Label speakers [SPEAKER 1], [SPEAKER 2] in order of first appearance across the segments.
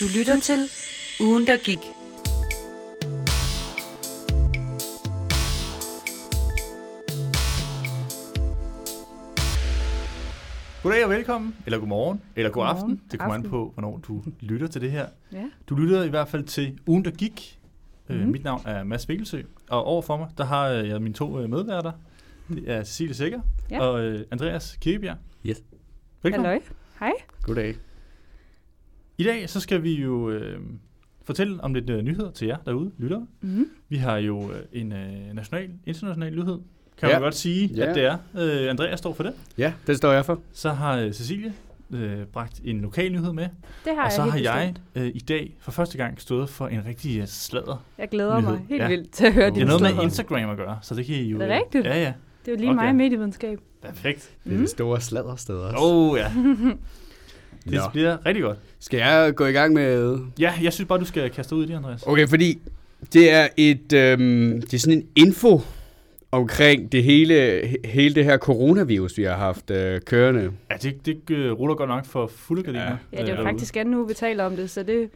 [SPEAKER 1] Du lytter til Ugen, der gik.
[SPEAKER 2] Goddag og velkommen, eller godmorgen, eller god
[SPEAKER 3] Godmorgen.
[SPEAKER 2] aften. Det kommer an
[SPEAKER 3] Aften.
[SPEAKER 2] på, hvornår du lytter til det her.
[SPEAKER 3] Ja.
[SPEAKER 2] Du lytter i hvert fald til ugen, der gik. Mm-hmm. Øh,
[SPEAKER 3] Mhm.
[SPEAKER 2] mit navn er Mads Vigelsø, og overfor mig, der har øh, jeg mine to øh, medværter. Det er Cecilie Sikker
[SPEAKER 3] Mhm. Ja.
[SPEAKER 2] og øh, Andreas Kirkebjerg.
[SPEAKER 4] Yes.
[SPEAKER 2] Velkommen.
[SPEAKER 3] Halløj. Hej.
[SPEAKER 4] Goddag.
[SPEAKER 2] I dag så skal vi jo øh, fortælle om lidt øh, nyheder til jer derude, lyttere.
[SPEAKER 3] Mm.
[SPEAKER 2] Vi har jo øh, en øh, national, international nyhed, kan
[SPEAKER 4] Ja.
[SPEAKER 2] man godt sige,
[SPEAKER 4] Ja.
[SPEAKER 2] at det er. Øh, Andreas står for det.
[SPEAKER 4] Ja, den står jeg for.
[SPEAKER 2] Så har øh, Cecilie øh, bragt en lokal nyhed med,
[SPEAKER 3] Det har
[SPEAKER 2] og så
[SPEAKER 3] jeg
[SPEAKER 2] har
[SPEAKER 3] helt
[SPEAKER 2] jeg
[SPEAKER 3] bestemt.
[SPEAKER 2] øh, i dag for første gang stået for en rigtig øh, sladder.
[SPEAKER 3] Jeg glæder mig
[SPEAKER 2] nyhed.
[SPEAKER 3] helt
[SPEAKER 2] Ja.
[SPEAKER 3] vildt til at høre
[SPEAKER 4] Det
[SPEAKER 2] Det
[SPEAKER 3] din
[SPEAKER 2] er noget med
[SPEAKER 3] historie.
[SPEAKER 2] Instagram at gøre, så det kan I jo...
[SPEAKER 3] Er det
[SPEAKER 2] øh,
[SPEAKER 3] rigtigt?
[SPEAKER 2] Ja, ja.
[SPEAKER 3] Det er jo lige
[SPEAKER 2] Okay.
[SPEAKER 3] okay. mig i medievidenskab.
[SPEAKER 2] Perfekt.
[SPEAKER 4] Det er det store sladdersted også.
[SPEAKER 2] Åh, oh, ja. Det
[SPEAKER 4] Nå.
[SPEAKER 2] bliver rigtig godt.
[SPEAKER 4] Skal jeg gå i gang med...
[SPEAKER 2] Ja, jeg synes bare, du skal kaste dig ud i det, Andreas.
[SPEAKER 4] Okay, fordi det er et... Øhm, det er sådan en info omkring det hele, he- hele det her coronavirus, vi har haft øh, kørende.
[SPEAKER 2] Ja, det, det øh, ruller godt nok for fulde gardiner.
[SPEAKER 4] Ja.
[SPEAKER 3] Ja, det er
[SPEAKER 2] øh,
[SPEAKER 3] jo
[SPEAKER 2] derude.
[SPEAKER 3] faktisk anden uge, vi taler om det, så det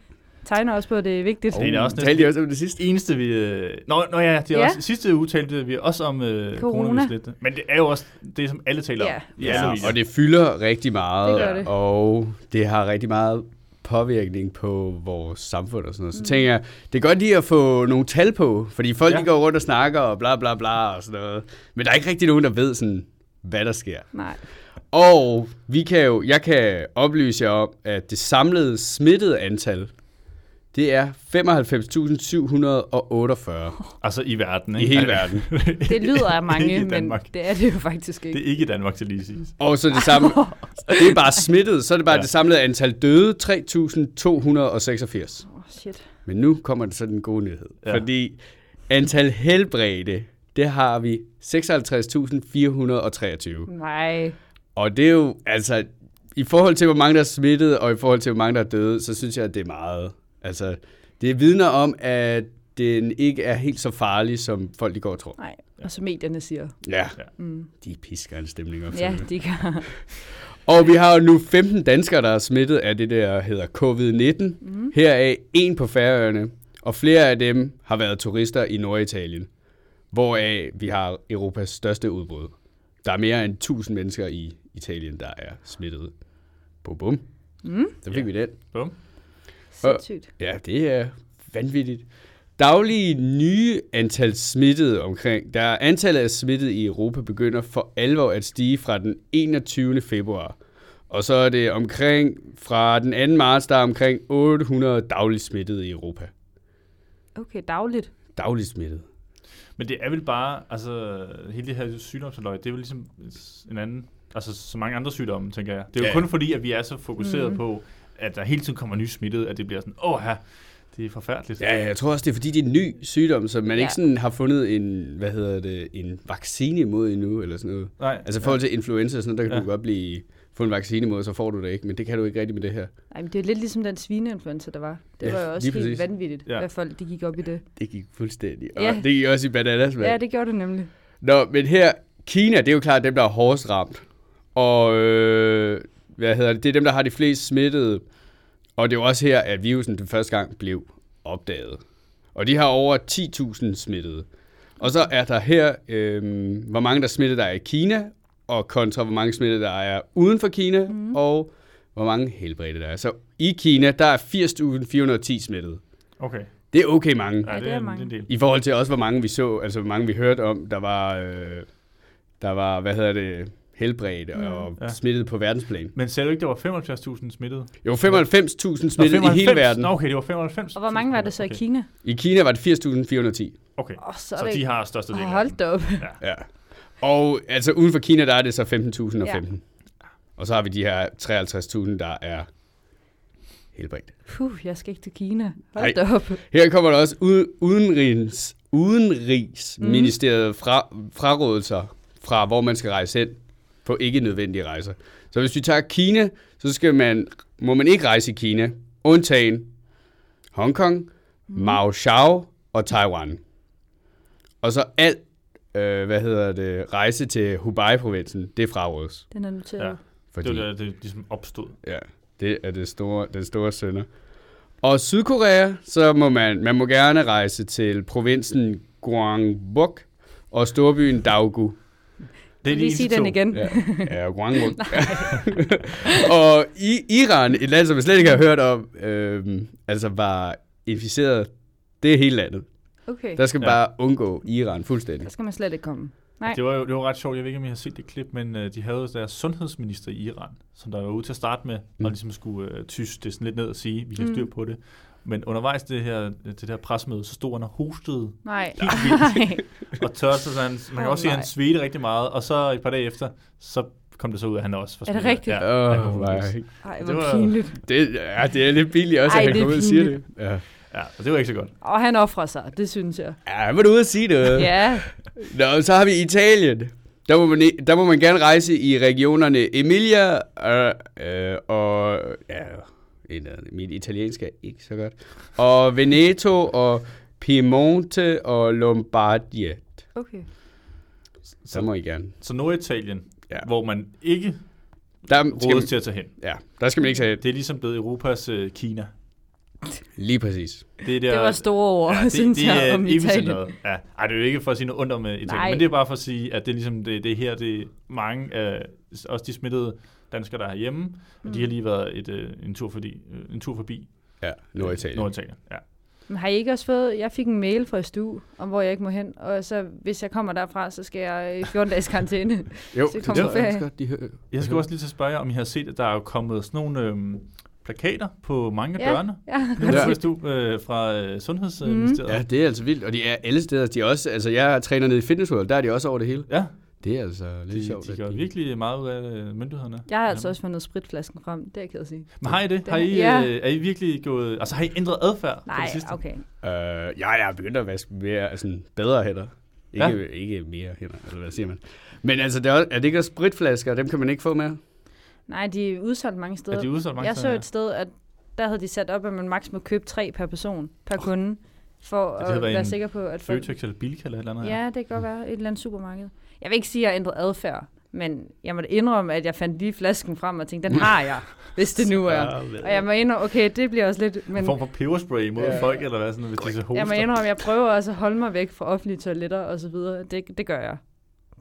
[SPEAKER 3] tegner også på, at det er vigtigt.
[SPEAKER 2] Det er da også næsten-
[SPEAKER 4] Talte I også om det sidste?
[SPEAKER 2] eneste, vi... øh, Nå, nå ja, det er
[SPEAKER 3] Ja.
[SPEAKER 2] ja. Også, sidste uge talte vi også om øh,
[SPEAKER 3] Corona.
[SPEAKER 2] corona. lidt. Men det er jo også det, som alle taler
[SPEAKER 3] Ja.
[SPEAKER 2] om. i alle medier.
[SPEAKER 4] og det fylder rigtig meget,
[SPEAKER 3] Det gør det.
[SPEAKER 4] og det har rigtig meget påvirkning på vores samfund og sådan
[SPEAKER 3] Mm.
[SPEAKER 4] noget. Så tænker jeg, det er godt lige at få nogle tal på, fordi folk
[SPEAKER 2] Ja.
[SPEAKER 4] ja. de går rundt og snakker og bla bla bla og sådan noget. Men der er ikke rigtig nogen, der ved sådan, hvad der sker.
[SPEAKER 3] Nej.
[SPEAKER 4] Og vi kan jo, jeg kan oplyse jer om, at det samlede smittede antal, det er 95.748
[SPEAKER 2] Altså i verden,
[SPEAKER 4] i
[SPEAKER 2] ikke?
[SPEAKER 4] hele verden.
[SPEAKER 3] Det lyder af
[SPEAKER 2] Ikke i
[SPEAKER 3] mange, men
[SPEAKER 2] Danmark.
[SPEAKER 3] det er det jo faktisk ikke.
[SPEAKER 2] Det er ikke i Danmark, til lige siges.
[SPEAKER 4] Og så det samme, det er bare smittet, så er det bare
[SPEAKER 2] Ja.
[SPEAKER 4] ja. det samlede antal døde, 3.286.
[SPEAKER 3] Åh, oh, shit.
[SPEAKER 4] Men nu kommer det så den gode nyhed,
[SPEAKER 2] Ja.
[SPEAKER 4] ja. fordi antal helbredte, det har vi 56.423.
[SPEAKER 3] Nej.
[SPEAKER 4] Og det er jo, altså, i forhold til, hvor mange der er smittet, og i forhold til, hvor mange der er døde, så synes jeg, at det er meget. Altså, det vidner om, at den ikke er helt så farlig, som folk i går tror.
[SPEAKER 3] Nej. Og så medierne siger.
[SPEAKER 4] Ja,
[SPEAKER 2] Ja.
[SPEAKER 3] Mm.
[SPEAKER 4] de pisker en stemning op.
[SPEAKER 3] Ja,
[SPEAKER 4] Ja.
[SPEAKER 3] de kan.
[SPEAKER 4] Og vi har jo nu 15 danskere, der er smittet af det, der hedder covid-19. Mm. Heraf en på Færøerne, og flere af dem har været turister i Norditalien, hvoraf vi har Europas største udbrud. Der er mere end 1000 mennesker i Italien, der er smittet. Bum bum.
[SPEAKER 3] Mm.
[SPEAKER 4] Så fik ja. vi den.
[SPEAKER 2] Bum.
[SPEAKER 3] Sindssygt.
[SPEAKER 4] Ja, det er vanvittigt. Daglige nye antal smittede omkring, der er antallet af smittede i Europa begynder for alvor at stige fra den 21. februar. Og så er det omkring, fra den 2. marts, der er omkring 800 dagligt smittede i Europa.
[SPEAKER 3] Okay, dagligt.
[SPEAKER 4] Dagligt smittede.
[SPEAKER 2] Men det er vel bare, altså hele det her sygdomsalløj, det er vel ligesom en anden, altså så mange andre sygdomme, tænker jeg. Det er jo
[SPEAKER 4] Ja.
[SPEAKER 2] kun fordi, at vi er så fokuseret mm.
[SPEAKER 3] Mhm.
[SPEAKER 2] på, at der hele tiden kommer nye smittede, at det bliver sådan, åh her, det er forfærdeligt.
[SPEAKER 4] Ja, jeg tror også, det er fordi, det er en ny sygdom, som man
[SPEAKER 3] Ja.
[SPEAKER 4] ja. ikke sådan har fundet en, hvad hedder det, en vaccine imod endnu, eller sådan noget.
[SPEAKER 2] Nej,
[SPEAKER 4] Altså i forhold til influenza og sådan noget, der kan
[SPEAKER 2] Ja.
[SPEAKER 4] ja. du godt blive, få en vaccine imod, og så får du det ikke, men det kan du ikke rigtigt med det her.
[SPEAKER 3] Ej, men det er lidt ligesom den svineinfluenza, der var. Det
[SPEAKER 4] Ja,
[SPEAKER 3] var jo også
[SPEAKER 4] lige
[SPEAKER 3] helt
[SPEAKER 4] præcis.
[SPEAKER 3] vanvittigt,
[SPEAKER 2] Ja.
[SPEAKER 3] hvad folk de gik op i det.
[SPEAKER 4] Det gik fuldstændig. Og
[SPEAKER 3] Ja.
[SPEAKER 4] ja. det gik også i bananas, mand.
[SPEAKER 3] Ja, det gjorde det nemlig.
[SPEAKER 4] Nå, men her, Kina, det er jo klart dem, der er hårdest ramt. Og øh, hvad hedder det? Det er dem, der har de flest smittede. Og det er jo også her, at virusen den første gang blev opdaget. Og de har over 10.000 smittede. Og så er der her, øh, hvor mange der er smittede, der er i Kina, og kontra hvor mange smittede, der er uden for Kina,
[SPEAKER 3] Mhm.
[SPEAKER 4] mm. og hvor mange helbredte der er. Så i Kina, der er 80.410 smittede.
[SPEAKER 2] Okay,
[SPEAKER 4] Det er okay mange.
[SPEAKER 2] ja, det, er en, det er en del.
[SPEAKER 4] I forhold til også, hvor mange vi så, altså hvor mange vi hørte om, der var, øh, der var hvad hedder det, helbredt og
[SPEAKER 2] Ja.
[SPEAKER 4] ja. smittet på verdensplan.
[SPEAKER 2] Men sagde du ikke, der var 75.000 smittede?
[SPEAKER 4] Jo, 95.000 smittet i hele verden.
[SPEAKER 2] Nå, okay, det var 95.
[SPEAKER 3] Og hvor mange var det så i Kina?
[SPEAKER 4] I Kina var det 80.410.
[SPEAKER 2] Okay,
[SPEAKER 3] Åh, så er
[SPEAKER 2] så
[SPEAKER 3] det
[SPEAKER 2] de har største del.
[SPEAKER 3] Åh,
[SPEAKER 2] af
[SPEAKER 3] Hold
[SPEAKER 2] den.
[SPEAKER 3] da op.
[SPEAKER 4] Ja. Og altså uden for Kina, der er det så 15.015.
[SPEAKER 3] Ja.
[SPEAKER 4] Ja. Og så har vi de her 53.000, der er helbredt.
[SPEAKER 3] Puh, jeg skal ikke til Kina. Hold
[SPEAKER 4] Nej.
[SPEAKER 3] da op.
[SPEAKER 4] Her kommer der også u- udenrigs, udenrigsministeriet fra, frarådelser fra, hvor man skal rejse hen på ikke nødvendige rejser. Så hvis vi tager Kina, så skal man, må man ikke rejse i Kina, undtagen Hongkong, Mao Shao og Taiwan. Og så alt, øh, hvad hedder det, rejse til Hubei-provinsen, det er frarådes.
[SPEAKER 3] Den er noteret.
[SPEAKER 2] Ja.
[SPEAKER 4] Fordi,
[SPEAKER 2] Det var da det ligesom opstod.
[SPEAKER 4] Ja, det er det store, den store sønder. Og Sydkorea, så må man, man må gerne rejse til provinsen Gwangbuk og storbyen Daegu.
[SPEAKER 2] Det er de
[SPEAKER 3] Lige
[SPEAKER 2] eneste
[SPEAKER 3] sige den
[SPEAKER 2] to.
[SPEAKER 3] igen.
[SPEAKER 4] Ja, ja Gwangbuk. og i Iran, et land, som jeg slet ikke har hørt om, øhm, altså var inficeret, det er hele landet.
[SPEAKER 3] Okay,
[SPEAKER 4] Der skal
[SPEAKER 2] Ja.
[SPEAKER 4] ja. bare undgå Iran fuldstændig.
[SPEAKER 3] der skal man slet ikke komme. Nej.
[SPEAKER 2] Det var jo det var ret sjovt. Jeg ved ikke, om I har set det klip, men øh, de havde deres sundhedsminister i Iran, som der var ude til at starte med, mm.
[SPEAKER 4] Mm.
[SPEAKER 2] og ligesom skulle øh, tyse det sådan lidt ned og sige, vi har
[SPEAKER 3] Mm.
[SPEAKER 2] styr på det. Men undervejs til det her, øh, til det her presmøde, så stod han og hostede
[SPEAKER 3] Nej.
[SPEAKER 2] helt
[SPEAKER 3] Nej.
[SPEAKER 2] vildt og tørste sig. så Han, man kan
[SPEAKER 3] Åh,
[SPEAKER 2] også se, at han
[SPEAKER 3] nej.
[SPEAKER 2] svedte rigtig meget, og så et par dage efter, så kom det så ud, at han også var
[SPEAKER 3] Er det
[SPEAKER 2] smittet.
[SPEAKER 3] rigtigt?
[SPEAKER 2] Ja, han
[SPEAKER 4] Åh,
[SPEAKER 2] kom
[SPEAKER 4] oh,
[SPEAKER 2] ud.
[SPEAKER 4] nej.
[SPEAKER 3] Ej,
[SPEAKER 2] Det
[SPEAKER 3] hvor
[SPEAKER 2] var-
[SPEAKER 3] pinligt.
[SPEAKER 4] Det, ja, det er lidt billigt også,
[SPEAKER 3] Ej,
[SPEAKER 4] Ej, at
[SPEAKER 3] det
[SPEAKER 4] han
[SPEAKER 3] er
[SPEAKER 4] kommer ud og siger det. Ja.
[SPEAKER 2] ja, og det var ikke så godt.
[SPEAKER 3] Og han offrer sig, det synes jeg.
[SPEAKER 4] ja, han var du ude at sige det.
[SPEAKER 3] Ja,
[SPEAKER 4] Nå, så har vi Italien. Der må, man, i- der må man gerne rejse i regionerne Emilia øh, øh, og... Ja, en af- mit italiensk er ikke så godt. Og Veneto og Piemonte og Lombardiet.
[SPEAKER 3] okay.
[SPEAKER 4] Så må I gerne.
[SPEAKER 2] Så Norditalien, ja.
[SPEAKER 4] Ja.
[SPEAKER 2] hvor man ikke
[SPEAKER 4] Der skal,
[SPEAKER 2] rådes
[SPEAKER 4] man-
[SPEAKER 2] til at tage hen.
[SPEAKER 4] ja, der skal man ikke tage
[SPEAKER 2] Det er ligesom blevet Europas øh, Kina.
[SPEAKER 4] Lige præcis.
[SPEAKER 2] Det, der,
[SPEAKER 3] Det var store ord, ja,
[SPEAKER 2] det-
[SPEAKER 3] synes
[SPEAKER 2] det
[SPEAKER 3] jeg,
[SPEAKER 2] er
[SPEAKER 3] om
[SPEAKER 2] epicentret.
[SPEAKER 3] Italien.
[SPEAKER 2] Ja. Ej, det er jo ikke for at sige noget ondt om øh, Italien,
[SPEAKER 3] Nej.
[SPEAKER 2] men det er bare for at sige, at det er ligesom det, det er her, det er mange af s- også de smittede danskere, der er herhjemme, mm. og de har lige været et, øh, en, tur forbi, øh, en tur forbi
[SPEAKER 4] Ja, Norditalien.
[SPEAKER 2] Norditalien. Ja.
[SPEAKER 3] Men har I ikke også fået, jeg fik en mail fra STU, om hvor jeg ikke må hen, og så hvis jeg kommer derfra, så skal jeg i 14 dages karantæne.
[SPEAKER 4] Jo,
[SPEAKER 3] Så kommer
[SPEAKER 4] tror jeg
[SPEAKER 3] ferie.
[SPEAKER 4] også godt, de hører.
[SPEAKER 2] Jeg skal også lige til at spørge jer, om I har set, at der er jo kommet sådan nogle øh, plakater på mange af
[SPEAKER 3] Ja.
[SPEAKER 2] dørene.
[SPEAKER 3] ja,
[SPEAKER 2] Nu
[SPEAKER 4] Ja.
[SPEAKER 2] ja. du øh, fra øh, Sundhedsministeriet.
[SPEAKER 4] Ja, det er altså vildt, og de er alle steder. De er også, altså, jeg træner nede i Fitness World, der er de også over det hele.
[SPEAKER 2] ja.
[SPEAKER 4] Mm. Det er altså lidt
[SPEAKER 2] De,
[SPEAKER 4] sjovt.
[SPEAKER 2] de
[SPEAKER 4] at
[SPEAKER 2] gør virkelig meget ud af øh, myndighederne.
[SPEAKER 3] jeg har altså også fundet spritflasken frem, det er jeg ked af at sige.
[SPEAKER 2] Men har I det? Har I,
[SPEAKER 3] Ja.
[SPEAKER 2] øh, er I virkelig gået... Altså har I ændret adfærd på
[SPEAKER 3] Nej,
[SPEAKER 2] det sidste?
[SPEAKER 3] okay.
[SPEAKER 4] Øh, jeg er begyndt at vaske mere, sådan bedre hænder. Ikke,
[SPEAKER 2] Ja.
[SPEAKER 4] ja. ikke mere hænder, eller hvad siger man. Men altså, det er, også- er det ikke også spritflasker, dem kan man ikke få mere?
[SPEAKER 3] Nej, de er udsolgt mange steder.
[SPEAKER 2] Er de udsolgt mange
[SPEAKER 3] jeg så
[SPEAKER 2] steder?
[SPEAKER 3] et sted, at der havde de sat op, at man maks må købe tre per person, per oh. kunde, for
[SPEAKER 2] det havde
[SPEAKER 3] at
[SPEAKER 2] været
[SPEAKER 3] være
[SPEAKER 2] en
[SPEAKER 3] sikker på, at folk...
[SPEAKER 2] Føtex eller Bilka eller et eller andet?
[SPEAKER 3] Ja, det kan godt være. Et eller andet supermarked. Jeg vil ikke sige, at jeg har ændret adfærd, men jeg må da indrømme, at jeg fandt lige flasken frem og tænkte, den har jeg, hvis det nu er. Og jeg må indrømme, okay, det bliver også lidt, men
[SPEAKER 2] En form for peberspray mod
[SPEAKER 4] Ja.
[SPEAKER 2] folk, eller hvad sådan, hvis de så hoster.
[SPEAKER 3] jeg må indrømme, at jeg prøver også at holde mig væk fra offentlige toiletter og så videre. Det, det gør jeg,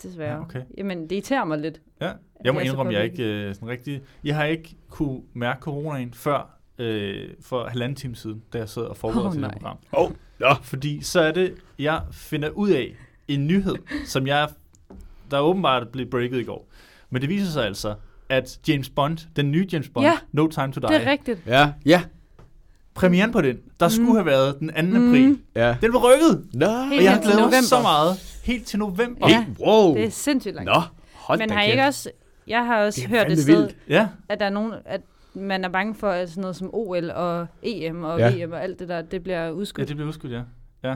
[SPEAKER 3] desværre.
[SPEAKER 2] Ja, okay.
[SPEAKER 3] Jamen, det irriterer mig lidt.
[SPEAKER 2] ja. jeg må
[SPEAKER 3] Det er så
[SPEAKER 2] indrømme, jeg er
[SPEAKER 3] påvirket.
[SPEAKER 2] ikke øh, sådan rigtig... Jeg har ikke kunne mærke coronaen før øh, for halvanden time siden, da jeg sad og forberedte
[SPEAKER 3] Åh,
[SPEAKER 2] oh, til det
[SPEAKER 3] nej.
[SPEAKER 2] her program.
[SPEAKER 4] Åh, nå.
[SPEAKER 2] Fordi så er det, jeg finder ud af en nyhed, som jeg... Der åbenbart blev breaket i går. Men det viser sig altså, at James Bond, den nye James Bond,
[SPEAKER 3] Ja.
[SPEAKER 2] No Time To Die,
[SPEAKER 3] Det er rigtigt.
[SPEAKER 4] Ja. Ja.
[SPEAKER 2] premieren på den, der mm. skulle have været den 2.
[SPEAKER 3] Mm.
[SPEAKER 2] april,
[SPEAKER 4] Ja.
[SPEAKER 2] den var rykket.
[SPEAKER 4] Nå.
[SPEAKER 2] Og
[SPEAKER 3] Helt
[SPEAKER 2] jeg
[SPEAKER 3] hen til
[SPEAKER 2] glæder mig
[SPEAKER 3] november.
[SPEAKER 2] så meget. Helt til november.
[SPEAKER 3] Ja.
[SPEAKER 4] Hey, wow.
[SPEAKER 3] Det er sindssygt langt.
[SPEAKER 4] Nå, hold
[SPEAKER 3] men
[SPEAKER 4] da
[SPEAKER 3] har I
[SPEAKER 4] kæft.
[SPEAKER 3] ikke også... Jeg har også
[SPEAKER 4] Det er
[SPEAKER 3] hørt et
[SPEAKER 4] fandme
[SPEAKER 3] sted,
[SPEAKER 4] vildt.
[SPEAKER 2] Ja.
[SPEAKER 3] at der er nogen, at man er bange for, at sådan noget som OL og EM og
[SPEAKER 4] Ja.
[SPEAKER 3] VM og alt det der, det bliver
[SPEAKER 2] ja,
[SPEAKER 3] udskudt.
[SPEAKER 2] det bliver udskudt, ja. ja. ja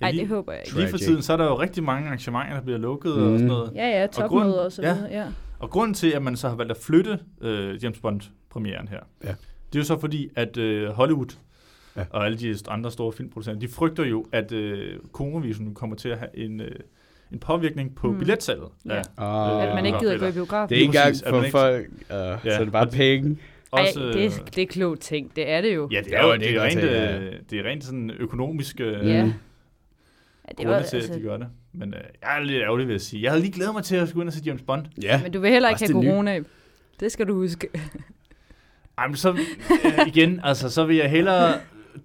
[SPEAKER 3] Nej,
[SPEAKER 2] lige,
[SPEAKER 3] det håber jeg ikke.
[SPEAKER 2] lige for
[SPEAKER 4] Tragic.
[SPEAKER 2] tiden, så er der jo rigtig mange arrangementer, der bliver lukket mm.
[SPEAKER 4] Mm.
[SPEAKER 2] og sådan noget.
[SPEAKER 3] Ja, ja,
[SPEAKER 2] grunden-
[SPEAKER 3] topmøder og så
[SPEAKER 2] ja.
[SPEAKER 3] videre. Ja.
[SPEAKER 2] Og grunden til, at man så har valgt at flytte øh, James Bond-premieren her,
[SPEAKER 4] Ja.
[SPEAKER 2] det er jo så fordi, at øh, Hollywood ja.
[SPEAKER 4] Ja.
[SPEAKER 2] og alle de andre store filmproducenter, de frygter jo, at øh, coronavirusen kommer til at have en, øh, en påvirkning på
[SPEAKER 3] Mm.
[SPEAKER 2] mm. billetsalget.
[SPEAKER 3] Ja.
[SPEAKER 4] Ah.
[SPEAKER 3] At man ikke gider gå i
[SPEAKER 4] Det
[SPEAKER 3] biografen.
[SPEAKER 4] er ikke engang
[SPEAKER 2] Præcis, at
[SPEAKER 4] for
[SPEAKER 2] man ikke-
[SPEAKER 4] folk, uh,
[SPEAKER 2] Ja.
[SPEAKER 4] så er det bare penge.
[SPEAKER 3] Ej,
[SPEAKER 2] Også,
[SPEAKER 3] det,
[SPEAKER 2] øh,
[SPEAKER 3] er, det er klogt ting. Det er det jo.
[SPEAKER 2] Ja, det
[SPEAKER 4] Ja,
[SPEAKER 2] er jo
[SPEAKER 4] det
[SPEAKER 2] det er
[SPEAKER 4] kan
[SPEAKER 2] rent,
[SPEAKER 4] godt være,
[SPEAKER 2] øh, det er rent sådan økonomisk øh,
[SPEAKER 3] Ja.
[SPEAKER 4] Mm.
[SPEAKER 2] grunde
[SPEAKER 3] ja det
[SPEAKER 2] til,
[SPEAKER 3] var, altså,
[SPEAKER 2] at de gør det. Men øh, jeg er lidt ærgerlig ved at sige. Jeg havde lige glædet mig til at skulle ind og se James Bond.
[SPEAKER 4] Ja.
[SPEAKER 3] Men du vil heller ikke
[SPEAKER 4] Også
[SPEAKER 3] have
[SPEAKER 4] det nye.
[SPEAKER 3] corona. Det skal du huske.
[SPEAKER 2] Ej, men så øh, igen, altså, så vil jeg hellere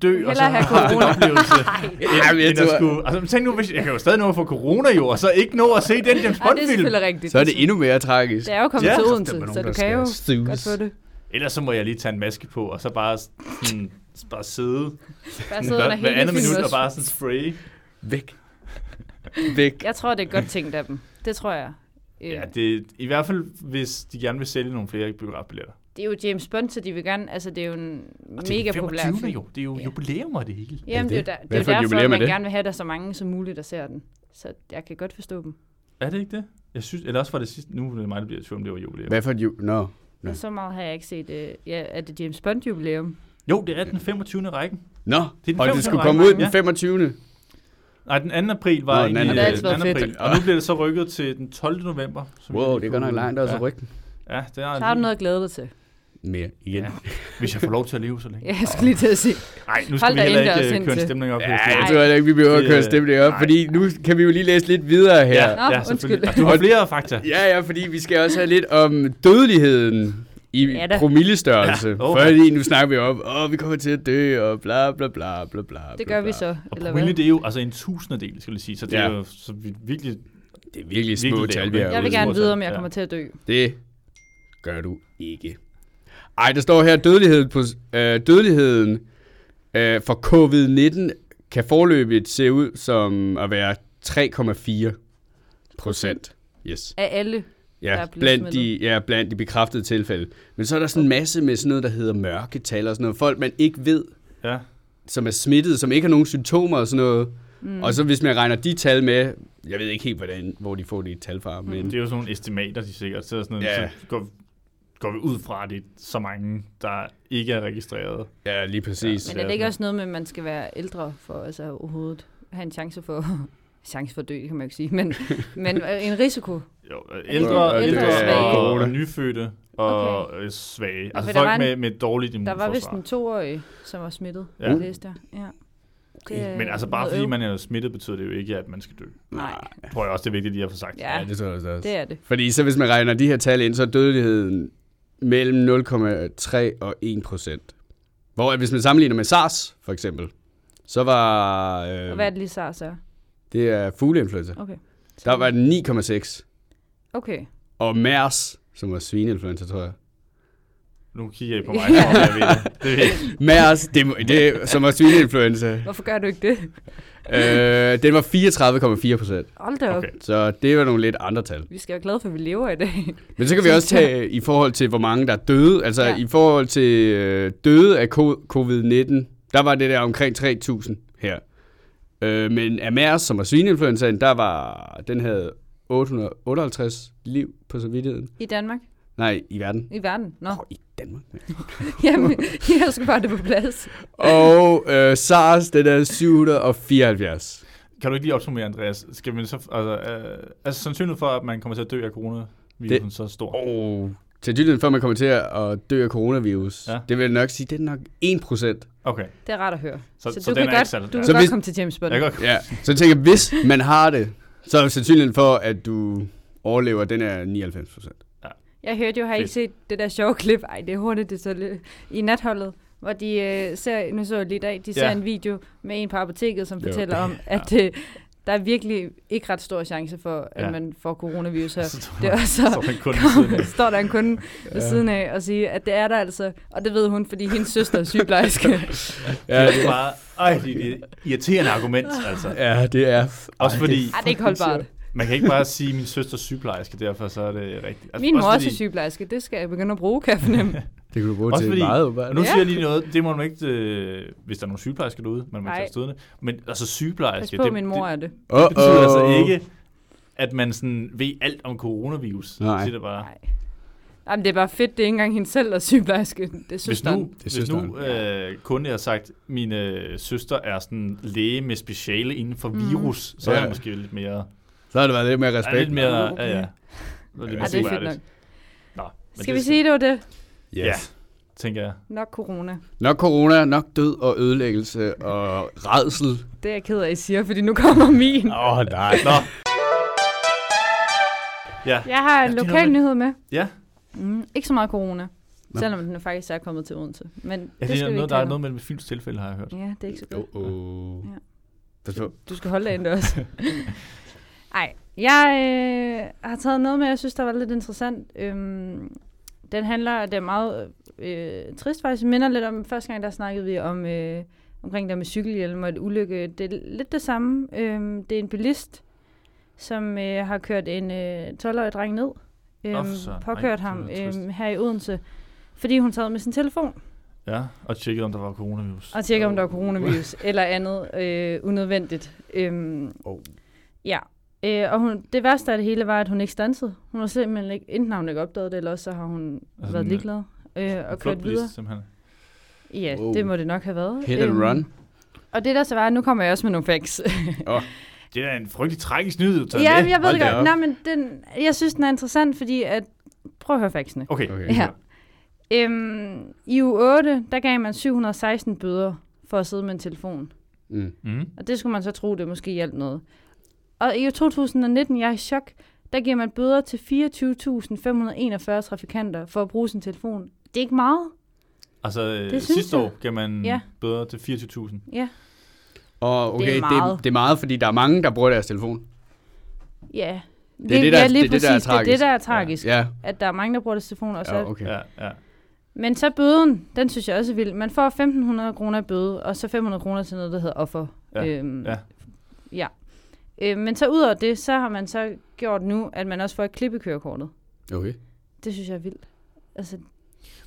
[SPEAKER 2] dø, og så
[SPEAKER 3] Hellere have
[SPEAKER 2] have en
[SPEAKER 3] corona.
[SPEAKER 2] oplevelse.
[SPEAKER 4] Ej, men
[SPEAKER 2] End,
[SPEAKER 4] jeg
[SPEAKER 2] end at
[SPEAKER 4] tror-
[SPEAKER 2] skulle, altså, men tænk nu, hvis jeg kan jo stadig nå at få corona jo, og så ikke nå at se den James
[SPEAKER 3] Ej, det er
[SPEAKER 2] Bond-film.
[SPEAKER 3] selvfølgelig rigtigt.
[SPEAKER 4] Så er det endnu mere tragisk.
[SPEAKER 3] Det er jo kommet
[SPEAKER 2] Ja.
[SPEAKER 3] til
[SPEAKER 2] Der
[SPEAKER 3] Odense, så du kan jo godt få det.
[SPEAKER 2] Ellers så må jeg lige tage en maske på, og så bare, sådan, bare sidde
[SPEAKER 3] Bare sidde under
[SPEAKER 2] hver, hver
[SPEAKER 3] hele
[SPEAKER 2] andet
[SPEAKER 3] filmen
[SPEAKER 2] minut og
[SPEAKER 3] også.
[SPEAKER 2] bare sådan spray.
[SPEAKER 4] Væk. Væk.
[SPEAKER 3] Jeg tror, det er godt tænkt af dem. Det tror jeg. Øh,
[SPEAKER 2] Ja, det, i hvert fald, hvis de gerne vil sælge nogle flere biografbilletter.
[SPEAKER 3] Det er jo James Bond, så de vil gerne... Altså, det er jo en
[SPEAKER 2] Og det er
[SPEAKER 3] mega
[SPEAKER 2] den
[SPEAKER 3] populær
[SPEAKER 2] 25.
[SPEAKER 3] film.
[SPEAKER 2] jo. Det er jo
[SPEAKER 3] Ja.
[SPEAKER 2] jubilæum og det hele.
[SPEAKER 3] Jamen, det er jo,
[SPEAKER 4] Altså, det?
[SPEAKER 3] der, det
[SPEAKER 4] Hvad
[SPEAKER 3] er jo
[SPEAKER 4] for et
[SPEAKER 3] derfor,
[SPEAKER 4] jubilæum
[SPEAKER 3] at man
[SPEAKER 4] er det?
[SPEAKER 3] gerne vil have, at der er så mange som muligt, der ser den. Så jeg kan godt forstå dem.
[SPEAKER 2] Er det ikke det? Jeg synes, eller også var det sidste, nu er det mig, der bliver i tvivl, om det var jubilæum.
[SPEAKER 4] Hvad for et jul? Nå. Ja.
[SPEAKER 3] Ja. Så meget har jeg ikke set. Øh, ja, er det James Bond-jubilæum?
[SPEAKER 2] Jo, det er den 25. rækken.
[SPEAKER 4] Nå,
[SPEAKER 2] Det er den
[SPEAKER 4] og
[SPEAKER 2] 25.
[SPEAKER 4] det skulle
[SPEAKER 2] maj.
[SPEAKER 4] komme ud den
[SPEAKER 2] Ja.
[SPEAKER 4] 25.
[SPEAKER 2] Nej, den 2. april var
[SPEAKER 4] Nå,
[SPEAKER 2] Nå,
[SPEAKER 4] den
[SPEAKER 2] egentlig
[SPEAKER 4] anden
[SPEAKER 2] øh, den
[SPEAKER 3] april. Det har
[SPEAKER 2] 2.
[SPEAKER 3] altid været
[SPEAKER 2] april.
[SPEAKER 4] fedt.
[SPEAKER 2] Og nu bliver det så rykket til den 12. november. som vi
[SPEAKER 4] Wow,
[SPEAKER 2] lige
[SPEAKER 4] det er godt nok
[SPEAKER 2] kunne-
[SPEAKER 4] langt også at rykke.
[SPEAKER 2] Ja, det er
[SPEAKER 3] Så har du
[SPEAKER 2] lige-
[SPEAKER 3] noget at glæde dig til.
[SPEAKER 4] mere igen. Ja.
[SPEAKER 2] Hvis jeg får lov til at leve så længe.
[SPEAKER 3] Ja, jeg skulle lige til at sige.
[SPEAKER 2] Nej, nu skal
[SPEAKER 3] Hold
[SPEAKER 2] vi
[SPEAKER 3] da
[SPEAKER 2] heller
[SPEAKER 3] indendørs
[SPEAKER 2] ikke øh, køre en
[SPEAKER 3] indtil.
[SPEAKER 2] stemning op.
[SPEAKER 4] Ja,
[SPEAKER 2] her.
[SPEAKER 4] jeg tror heller ikke, vi behøver at
[SPEAKER 2] Det,
[SPEAKER 4] køre
[SPEAKER 2] øh,
[SPEAKER 4] stemningen op,
[SPEAKER 2] nej.
[SPEAKER 4] fordi nu kan vi jo lige læse lidt videre her.
[SPEAKER 2] Ja,
[SPEAKER 3] Nå,
[SPEAKER 2] ja,
[SPEAKER 3] undskyld.
[SPEAKER 2] selvfølgelig. Og Du har flere fakta.
[SPEAKER 4] Ja, ja, fordi vi skal også have lidt om dødeligheden i
[SPEAKER 3] Ja da.
[SPEAKER 4] promillestørrelse. Ja,
[SPEAKER 2] Ja, okay.
[SPEAKER 4] Fordi nu snakker vi om, åh, vi kommer til at dø, og bla bla bla bla bla.
[SPEAKER 3] Det
[SPEAKER 4] bla,
[SPEAKER 3] gør vi
[SPEAKER 4] bla.
[SPEAKER 3] så,
[SPEAKER 2] Og
[SPEAKER 3] eller
[SPEAKER 2] promille,
[SPEAKER 3] hvad?
[SPEAKER 2] det er jo altså en tusindedel, skal jeg lige sige. Så det er
[SPEAKER 4] Ja.
[SPEAKER 2] jo så vi- virkelig...
[SPEAKER 4] Det er virkelig små
[SPEAKER 2] Virkelig
[SPEAKER 4] tal,
[SPEAKER 2] lavt,
[SPEAKER 4] vi
[SPEAKER 2] ikke?
[SPEAKER 4] har
[SPEAKER 3] Jeg vil
[SPEAKER 4] ude.
[SPEAKER 3] gerne vide, om jeg
[SPEAKER 2] Ja.
[SPEAKER 3] kommer til at dø.
[SPEAKER 4] Det gør du ikke. Ej, der står her, dødeligheden, på, øh, dødeligheden øh, for covid-19 kan forløbigt se ud som at være 3,4 procent. Yes.
[SPEAKER 3] Af alle. der
[SPEAKER 4] Ja,
[SPEAKER 3] er blevet
[SPEAKER 4] blandt de,
[SPEAKER 3] smittet.
[SPEAKER 4] ja, blandt de bekræftede tilfælde. Men så er der sådan en masse med sådan noget, der hedder mørketal og sådan noget. Folk, man ikke ved,
[SPEAKER 2] Ja.
[SPEAKER 4] som er smittet, som ikke har nogen symptomer og sådan noget. Mm. Og så hvis man regner de tal med, jeg ved ikke helt, hvordan, hvor de får de tal fra,
[SPEAKER 3] Mm.
[SPEAKER 4] men
[SPEAKER 2] Det er jo sådan nogle estimater, de sikkert. Så, er sådan,
[SPEAKER 4] Ja.
[SPEAKER 2] ja. så går, går vi ud fra, at det er så mange, der ikke er registreret.
[SPEAKER 4] ja, lige præcis.
[SPEAKER 3] Men
[SPEAKER 2] det
[SPEAKER 3] er
[SPEAKER 2] er
[SPEAKER 3] det ikke
[SPEAKER 2] sådan.
[SPEAKER 3] også noget med, at man skal være ældre for altså, overhovedet have en chance for chance for at dø, kan man jo ikke sige, men, men øh, en risiko.
[SPEAKER 2] Jo, øh,
[SPEAKER 3] det
[SPEAKER 2] ældre,
[SPEAKER 4] ikke-
[SPEAKER 2] ældre,
[SPEAKER 4] Ældre og
[SPEAKER 2] ældre
[SPEAKER 4] svage?
[SPEAKER 2] og, og nyfødte og okay. svage. Altså
[SPEAKER 3] for der var
[SPEAKER 2] folk
[SPEAKER 3] en-
[SPEAKER 2] med, med dårligt
[SPEAKER 3] Der var vist
[SPEAKER 2] immunforsvar.
[SPEAKER 3] en toårig, som var smittet,
[SPEAKER 2] Ja.
[SPEAKER 3] ja. læste jeg. Ja. Det er
[SPEAKER 2] Men altså bare
[SPEAKER 3] noget
[SPEAKER 2] fordi
[SPEAKER 3] øv.
[SPEAKER 2] man er smittet, betyder det jo ikke, at man skal dø.
[SPEAKER 3] Nej,
[SPEAKER 2] Jeg tror jeg også, det er vigtigt lige at få sagt.
[SPEAKER 3] Ja.
[SPEAKER 4] Ja, det tror jeg også.
[SPEAKER 3] det er det.
[SPEAKER 4] Fordi så hvis man regner de her tal ind, så er dødeligheden mellem 0,3 og 1 procent. Hvor at hvis man sammenligner med SARS, for eksempel, så var... Øh,
[SPEAKER 3] Og hvad er det lige SARS er?
[SPEAKER 4] det er fugleinfluenza.
[SPEAKER 3] Okay.
[SPEAKER 4] Der var den 9,6.
[SPEAKER 3] Okay.
[SPEAKER 4] Og MERS, som var svineinfluenza, tror jeg.
[SPEAKER 2] Nu kigger I på mig, som om jeg ved det. det. ved jeg ikke.
[SPEAKER 4] MERS, det, må- det, som var svineinfluenza,
[SPEAKER 3] Hvorfor gør du ikke det?
[SPEAKER 4] øh, den var 34,4 procent.
[SPEAKER 3] Hold da op.
[SPEAKER 2] Okay.
[SPEAKER 4] Så det var nogle lidt andre tal.
[SPEAKER 3] Vi skal være glade for, at vi lever i dag.
[SPEAKER 4] Men så kan vi også tage i forhold til, hvor mange der er døde. Altså ja.
[SPEAKER 3] Ja.
[SPEAKER 4] i forhold til øh, døde af ko- covid-19, der var det der omkring 3.000 her. Øh, men af MERS, som var svineinfluenzaen, der var, den havde 858 liv på samvittigheden.
[SPEAKER 3] I Danmark?
[SPEAKER 4] Nej, i verden.
[SPEAKER 3] I verden? Nå.
[SPEAKER 4] Åh, i Danmark.
[SPEAKER 3] Jamen, jeg skal bare have det på plads.
[SPEAKER 4] Og øh, SARS, den er 774.
[SPEAKER 2] Kan du ikke lige opsummere, Andreas? Skal man så, altså, øh, altså sandsynligheden for, at man kommer til at dø af coronavirusen det. så stor?
[SPEAKER 4] Og sandsynligheden for, at man kommer til at dø af coronavirus, ja.
[SPEAKER 2] Ja.
[SPEAKER 4] det vil jeg nok sige, det er nok 1 procent.
[SPEAKER 2] Okay.
[SPEAKER 3] Det er rart at høre.
[SPEAKER 2] Så- så den
[SPEAKER 3] du kan
[SPEAKER 2] er
[SPEAKER 3] godt,
[SPEAKER 2] ikke sat-
[SPEAKER 3] du
[SPEAKER 2] ja.
[SPEAKER 3] kan
[SPEAKER 4] Så
[SPEAKER 3] godt
[SPEAKER 4] hvis-
[SPEAKER 3] komme til James Bond.
[SPEAKER 2] Jeg kan godt
[SPEAKER 4] Ja, så jeg tænker hvis man har det, så er sandsynligheden for, at du overlever, den er 99 procent.
[SPEAKER 3] Jeg hørte jo, har I ikke set det der sjove klip? Ej, det er hurtigt, det er så lidt. I natholdet, hvor de øh, ser, nu så jeg lige i dag, de ser
[SPEAKER 2] Ja.
[SPEAKER 3] en video med en på apoteket, som
[SPEAKER 4] Jo.
[SPEAKER 3] fortæller om, at øh, der er virkelig ikke ret stor chance for, at
[SPEAKER 2] Ja.
[SPEAKER 3] man får coronavirus her.
[SPEAKER 2] Så
[SPEAKER 3] Det var så,
[SPEAKER 2] står man kun ved siden af.
[SPEAKER 3] står der en kunde ved siden af og siger, at det er der altså. Og det ved hun, fordi hendes søster er sygeplejerske.
[SPEAKER 2] Ja, det er bare, ej, det er et irriterende argument, altså.
[SPEAKER 4] Ja, det er...
[SPEAKER 2] Også fordi,
[SPEAKER 3] Ej, det er ikke holdbart.
[SPEAKER 2] man kan ikke bare sige, at min søster er sygeplejerske, derfor så er det rigtigt. Altså,
[SPEAKER 3] Min mor er
[SPEAKER 2] fordi-
[SPEAKER 3] også sygeplejerske. Det skal jeg begynde at bruge, kan jeg fornemme.
[SPEAKER 4] Det kan du bruge
[SPEAKER 2] Også
[SPEAKER 4] til
[SPEAKER 2] fordi-
[SPEAKER 4] meget,
[SPEAKER 2] Og
[SPEAKER 4] åbenbart.
[SPEAKER 2] nu
[SPEAKER 3] Ja.
[SPEAKER 2] siger jeg lige noget, det må man ikke, øh, hvis der er nogle sygeplejersker derude, man må
[SPEAKER 3] Nej.
[SPEAKER 2] ikke tage stødende. Men altså
[SPEAKER 3] Pas
[SPEAKER 2] sygeplejerske,
[SPEAKER 3] på,
[SPEAKER 2] det,
[SPEAKER 3] min mor er det.
[SPEAKER 4] Oh,
[SPEAKER 2] det betyder altså ikke, at man sådan ved alt om coronavirus.
[SPEAKER 4] Nej.
[SPEAKER 2] Siger det bare.
[SPEAKER 3] Nej. Jamen, det er bare fedt, det er ikke engang hende selv, der er sygeplejerske. Det er
[SPEAKER 2] Hvis
[SPEAKER 3] søsteren.
[SPEAKER 2] nu,
[SPEAKER 4] Det er
[SPEAKER 2] hvis nu øh, kunde har sagt, at min øh, søster er sådan læge med speciale inden
[SPEAKER 3] Mhm.
[SPEAKER 2] for virus, så er
[SPEAKER 4] Ja.
[SPEAKER 2] jeg måske lidt mere...
[SPEAKER 4] Så har det været lidt mere
[SPEAKER 2] Er
[SPEAKER 4] respekt.
[SPEAKER 2] lidt mere...
[SPEAKER 3] Okay.
[SPEAKER 2] Ja, ja. Lidt
[SPEAKER 4] Ja,
[SPEAKER 3] Ja,
[SPEAKER 2] mere
[SPEAKER 3] det er fedt
[SPEAKER 2] troværdigt.
[SPEAKER 3] nok.
[SPEAKER 2] Nå, men
[SPEAKER 3] Skal
[SPEAKER 2] det
[SPEAKER 3] vi sige, det var det?
[SPEAKER 4] Yes.
[SPEAKER 2] Ja. Tænker jeg.
[SPEAKER 3] Nok corona.
[SPEAKER 4] Nok corona, nok død og ødelæggelse og redsel.
[SPEAKER 3] Det er jeg ked af, I siger, fordi nu kommer min.
[SPEAKER 4] Åh, oh, nej.
[SPEAKER 2] Nå. Ja.
[SPEAKER 3] Jeg har en
[SPEAKER 2] det er
[SPEAKER 3] lokal
[SPEAKER 2] noget-
[SPEAKER 3] nyhed med.
[SPEAKER 2] Ja.
[SPEAKER 3] Mm, ikke så meget corona. Selvom den faktisk er kommet til Odense. Men
[SPEAKER 2] ja,
[SPEAKER 3] det
[SPEAKER 2] det
[SPEAKER 3] skal
[SPEAKER 2] er
[SPEAKER 3] vi
[SPEAKER 2] noget,
[SPEAKER 3] ikke Mm.
[SPEAKER 2] der er
[SPEAKER 3] tale om.
[SPEAKER 2] noget med Fyns tilfælde, har jeg hørt.
[SPEAKER 3] Ja, det er ikke så godt.
[SPEAKER 4] Åh, åh.
[SPEAKER 3] Ja.
[SPEAKER 4] oh. Pas på.
[SPEAKER 3] Du skal holde dig ind også. Nej, jeg øh, har taget noget med, jeg synes, der var lidt interessant. Øhm, den handler, det er meget øh, trist faktisk, Det minder lidt om, første gang der snakkede vi om, øh, omkring der med cykelhjelm og et ulykke. Det er lidt det samme. Øhm, det er en bilist, som øh, har kørt en øh, 12-årig dreng ned,
[SPEAKER 2] Nå,
[SPEAKER 3] øhm,
[SPEAKER 2] for søren. Ej,
[SPEAKER 3] påkørt
[SPEAKER 2] det
[SPEAKER 3] ham
[SPEAKER 2] lyder trist.
[SPEAKER 3] øhm, her i Odense, fordi hun sad med sin telefon.
[SPEAKER 2] Ja, og tjekkede, om der var coronavirus.
[SPEAKER 3] Og tjekke, om der er coronavirus eller andet øh, unødvendigt. Øhm,
[SPEAKER 4] Oh.
[SPEAKER 3] Ja. Øh, og hun, det værste af det hele var, at hun ikke stansede. Hun har simpelthen ikke, enten har hun ikke opdaget det, eller også så har hun
[SPEAKER 2] Altså,
[SPEAKER 3] altså, været
[SPEAKER 2] den-
[SPEAKER 3] ligeglad øh, og
[SPEAKER 2] En
[SPEAKER 3] kørt
[SPEAKER 2] flugtbilist,
[SPEAKER 3] videre.
[SPEAKER 2] Simpelthen.
[SPEAKER 3] Ja,
[SPEAKER 4] Wow.
[SPEAKER 3] wow. det må det nok have været.
[SPEAKER 4] Hit and
[SPEAKER 3] Øhm,
[SPEAKER 4] run.
[SPEAKER 3] Og det der så var, nu kommer jeg også med nogle facts.
[SPEAKER 2] Det er da en frygtelig tragisk nyhed, du tager
[SPEAKER 3] ja,
[SPEAKER 2] med.
[SPEAKER 3] jeg ved
[SPEAKER 4] Hold
[SPEAKER 3] det
[SPEAKER 4] da op.
[SPEAKER 3] godt. Nej, men den, jeg synes, den er interessant, fordi at... Prøv at høre factsene.
[SPEAKER 2] Okay.
[SPEAKER 4] Okay.
[SPEAKER 2] okay.
[SPEAKER 3] Ja. Øhm, I u 8, der gav man 716 bøder for at sidde med en telefon.
[SPEAKER 4] Mm.
[SPEAKER 2] Mm.
[SPEAKER 3] Og det skulle man så tro, det måske hjalp noget. Og i år 2019, jeg er i chok, der giver man bøder til 24.541 trafikanter for at bruge sin telefon. Det er ikke meget.
[SPEAKER 2] Altså, øh,
[SPEAKER 3] Det synes
[SPEAKER 2] sidste
[SPEAKER 3] jeg.
[SPEAKER 2] år gav man
[SPEAKER 3] Ja.
[SPEAKER 2] ja. bøder til 24.000.
[SPEAKER 3] Ja,
[SPEAKER 4] Og okay, det er,
[SPEAKER 3] meget.
[SPEAKER 4] Det, det er meget, fordi der er mange, der bruger deres telefon.
[SPEAKER 3] ja.
[SPEAKER 4] Det er det, der-
[SPEAKER 3] ja, lige
[SPEAKER 4] det er det, der er
[SPEAKER 3] præcis. Det er det,
[SPEAKER 4] tragisk.
[SPEAKER 3] der er tragisk. Ja.
[SPEAKER 4] Ja,
[SPEAKER 3] At der er mange, der bruger deres telefoner. Og så,
[SPEAKER 4] ja okay.
[SPEAKER 2] Ja, ja.
[SPEAKER 3] Men så bøden, den synes jeg også er vild. Man får 1.500 kroner i bøde, og så 500 kroner til noget, der hedder offer.
[SPEAKER 2] Ja,
[SPEAKER 3] Øhm,
[SPEAKER 2] ja.
[SPEAKER 3] ja. Øh, men så ud over det, så har man så gjort nu, at man også får et klip i kørekortet.
[SPEAKER 4] okay.
[SPEAKER 3] Det synes jeg er vildt. Altså,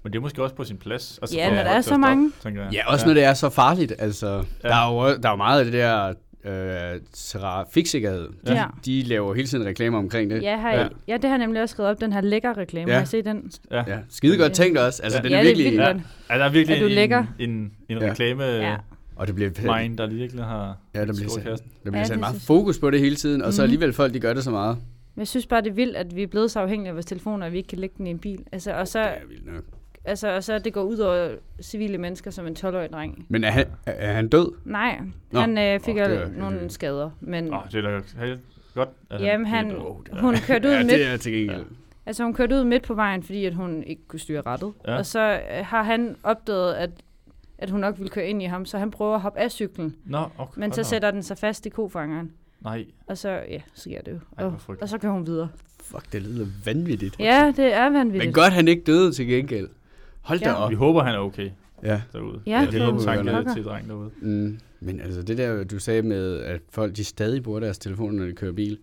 [SPEAKER 2] Men det er måske også på sin plads. Altså,
[SPEAKER 3] Ja,
[SPEAKER 2] for
[SPEAKER 3] når der
[SPEAKER 2] folk
[SPEAKER 3] er
[SPEAKER 2] til
[SPEAKER 3] så
[SPEAKER 2] at stoppe,
[SPEAKER 3] mange.
[SPEAKER 2] tænker jeg.
[SPEAKER 4] Ja, også når det er så farligt. Altså, ja. der, er jo, også- der er jo meget af det der øh, trafiksikkerhed. De,
[SPEAKER 3] Ja.
[SPEAKER 4] ja. de laver hele tiden reklamer omkring det.
[SPEAKER 3] ja, har
[SPEAKER 2] Ja.
[SPEAKER 3] ja. ja, det har jeg nemlig også skrevet op, den her lækker reklame.
[SPEAKER 4] Ja.
[SPEAKER 3] Ja. Har I set den?
[SPEAKER 4] ja. Skide godt tænkt også. Altså,
[SPEAKER 2] Ja.
[SPEAKER 4] den
[SPEAKER 3] ja,
[SPEAKER 4] er virkelig...
[SPEAKER 3] det er vildt
[SPEAKER 2] Ja.
[SPEAKER 3] godt.
[SPEAKER 2] Ja, der er virkelig
[SPEAKER 3] Er du
[SPEAKER 2] en,
[SPEAKER 3] lækker?
[SPEAKER 2] en, en, en
[SPEAKER 4] Ja.
[SPEAKER 2] reklame øh,
[SPEAKER 3] Ja. Mm.
[SPEAKER 4] Og det bliver,
[SPEAKER 2] mind, der lige virkelig har
[SPEAKER 4] ja, der bliver,
[SPEAKER 2] skåret
[SPEAKER 4] sat,
[SPEAKER 2] kassen.
[SPEAKER 4] der bliver
[SPEAKER 3] Ja,
[SPEAKER 4] sat
[SPEAKER 3] det
[SPEAKER 4] meget
[SPEAKER 3] synes jeg.
[SPEAKER 4] fokus på det hele tiden, og så
[SPEAKER 3] Mhm.
[SPEAKER 4] alligevel folk, de gør det så meget.
[SPEAKER 3] Men jeg synes bare, det er vildt, at vi er blevet så afhængige af vores telefoner, at vi ikke kan lægge den i en bil. Altså, og, så,
[SPEAKER 4] Det er vildt nok.
[SPEAKER 3] altså, og så at det går ud over civile mennesker som en 12-årig dreng.
[SPEAKER 4] Men er han, er- er han død?
[SPEAKER 3] Nej,
[SPEAKER 4] Nå.
[SPEAKER 3] han øh, fik
[SPEAKER 4] Åh, det
[SPEAKER 3] oh,
[SPEAKER 4] er- det er
[SPEAKER 3] nogle
[SPEAKER 4] vildt.
[SPEAKER 3] skader. Men
[SPEAKER 2] Åh, det er da helt godt. at
[SPEAKER 3] jamen,
[SPEAKER 2] han
[SPEAKER 3] han,
[SPEAKER 2] er død.
[SPEAKER 3] hun kørte ud
[SPEAKER 4] Ja,
[SPEAKER 3] midt
[SPEAKER 4] det er til gengæld.
[SPEAKER 3] Altså hun kørte ud midt på vejen, fordi at hun ikke kunne styre rettet.
[SPEAKER 2] Ja.
[SPEAKER 3] Ja. Og så øh, har han opdaget, at, at hun nok ville køre ind i ham, så han prøver at hoppe af cyklen.
[SPEAKER 2] Nå, okay.
[SPEAKER 3] Men
[SPEAKER 2] hold
[SPEAKER 3] så
[SPEAKER 2] da op.
[SPEAKER 3] sætter den sig fast i kofangeren.
[SPEAKER 2] Nej,
[SPEAKER 3] Og så, ja, så sker det jo.
[SPEAKER 2] Ej,
[SPEAKER 3] og,
[SPEAKER 2] hvor frygteligt.
[SPEAKER 3] og så kører hun videre.
[SPEAKER 4] Fuck, det lyder vanvittigt.
[SPEAKER 3] Ja, det er
[SPEAKER 4] Men
[SPEAKER 3] vanvittigt.
[SPEAKER 4] godt, han ikke døde til gengæld. Hold da
[SPEAKER 3] Ja.
[SPEAKER 4] op.
[SPEAKER 2] vi håber, han er okay
[SPEAKER 4] Ja.
[SPEAKER 2] derude.
[SPEAKER 3] Ja,
[SPEAKER 2] det
[SPEAKER 4] det
[SPEAKER 2] er
[SPEAKER 4] håber
[SPEAKER 2] en
[SPEAKER 4] vi
[SPEAKER 2] tanke
[SPEAKER 3] godt nok.
[SPEAKER 2] til drengen derude.
[SPEAKER 4] Mm. Men altså det der, du sagde med, at folk de stadig bruger deres telefon, når de kører bil,